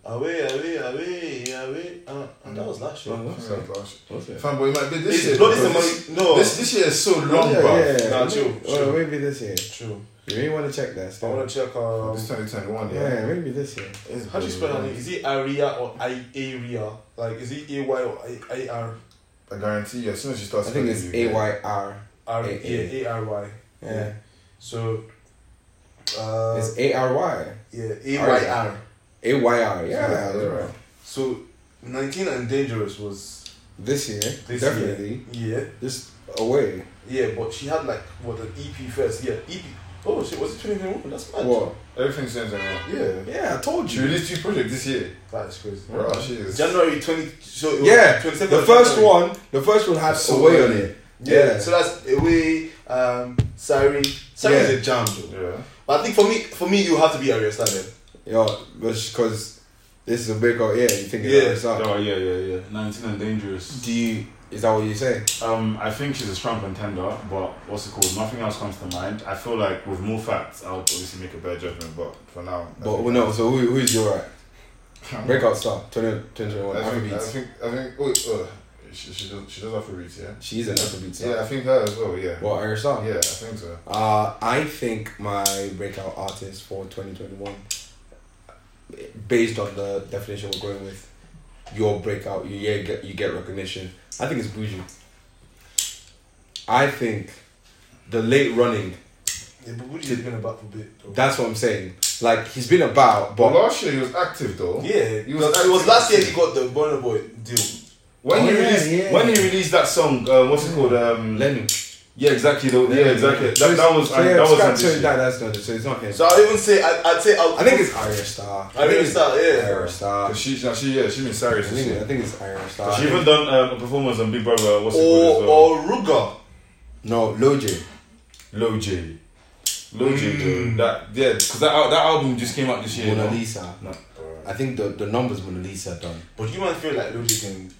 away away away away uh, and that was last year. Oh, that's Yeah, gosh. What's it? Fam, but it might be this It's year. bloody because some this, money- no. this this year is so long, yeah, bro. yeah, yeah. Nah, chill, Oh, chill. maybe this year. True. You really want to check that I still? want to check. Um, It's 2021, yeah. yeah, maybe this year. how do you spell her name? Is it Aria or I Aria? Like is it A Y or I A R? I guarantee you, as soon as you start I think it's spelling A it, Y R. R A- A A R Y. Yeah, So. Uh, it's A R Y. yeah, A Y R. A Y R. Yeah, Yeah, that's right. So, 19 and Dangerous was This year, this definitely. year. Just away. Yeah, yeah, but she had like what an EP first. Yeah, EP. Oh shit, was it 2021? That's mad. What? Everything's changed around. Yeah. Yeah, I told She released two projects this year. That is crazy. Bro, she is. January 20. So it was Yeah, 22nd the of first January. one, the first one had So away on early. it. Yeah. Yeah. So that's away. Um, Sari. Sari is Yeah. a jam. though. Yeah. But I think for me, for me, you have to be Aria Star then. Yo, because this is a big oh yeah, you think Yeah. it's yeah. Oh yeah, yeah, yeah. Nineteen and dangerous. Do you is that what you say? Um, I think she's a strong contender, but what's it called? Nothing else comes to mind. I feel like with more facts, I'll obviously make a better judgment. But For now. I But think- well, [LAUGHS] no, so who who's your right? Breakout star, 20, I 2021, think, I Afrobeats. think, I think, wait, uh, she, she does, she does Afrobeats, yeah? She's an Afrobeat star. Yeah, I think her as well, yeah. What Irish song? Yeah, I think so. Uh, I think my breakout artist for 2021, based on the definition we're going with, your breakout, you yeah, get you get recognition. I think it's Buju. I think the late running. Yeah, but Woody has been about for a bit. Though. That's what I'm saying. Like he's been about, But but last year he was active though. yeah, He it was was, it was active. last year he got the Burner Boy deal. When Oh, he yeah, released, yeah. Mm. when he released that song, uh, what's it called? Um, Lennon. yeah, exactly. Though, yeah, exactly. That, that was So, yeah, that was scrap- ambitious. so that, that's not so it's not him. So I'd even say I, I'd say I'll, I think it's Irish Star. I Irish think it's Star, yeah. Irish Star. 'Cause She, now she, yeah, she been I serious. this think, year. I think it's Irish Star. she even done um, a performance on Big Brother. What's it Oh, or called? or Ruger. No, Loje. As well? Low J. Low J, dude. That yeah, because that al- that album just came out this year. Mm. Mona though. Lisa. No. I think the, the numbers Mona Lisa done But you might feel like Logic can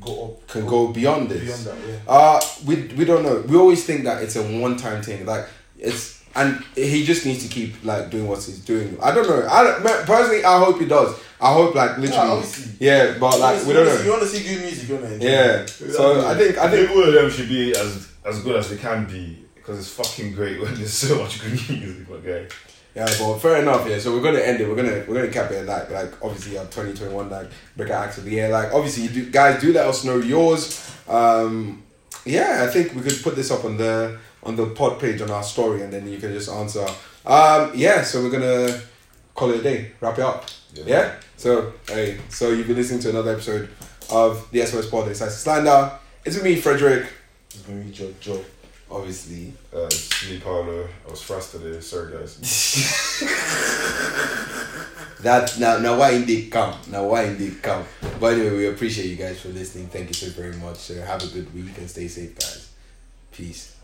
go up. can go beyond this. beyond that, yeah. Uh, we we don't know. We always think that it's a one time thing. Like it's and he just needs to keep like doing what he's doing. I don't know. I don't, man, personally, I hope he does. I hope like literally. obviously. Yeah, but like we don't You know. want to see good music, you want to enjoy Yeah. it. So I think I think all of them should be as as good as they can be because it's fucking great when there's so much good [LAUGHS] music, my guy. Yeah, but fair enough. Yeah, so we're gonna end it. We're gonna we're gonna cap it. Like like obviously our twenty twenty one like breakout acts of the year. Like obviously you do, guys do let us know yours. Um, yeah, I think we could put this up on the on the pod page on our story, and then you can just answer. Um, yeah, so we're gonna call it a day. Wrap it up. Yeah. So hey, so you've been listening to another episode of the SOS Pod. It's Isis Slander. It's with me, Frederick. It's going to be your job. Obviously, Uh, it's me, Paolo. I was fast today. Sorry, guys. That now now why indeed come now why indeed come. But anyway, we appreciate you guys for listening. Thank you so very much. So have a good week and stay safe, guys. Peace.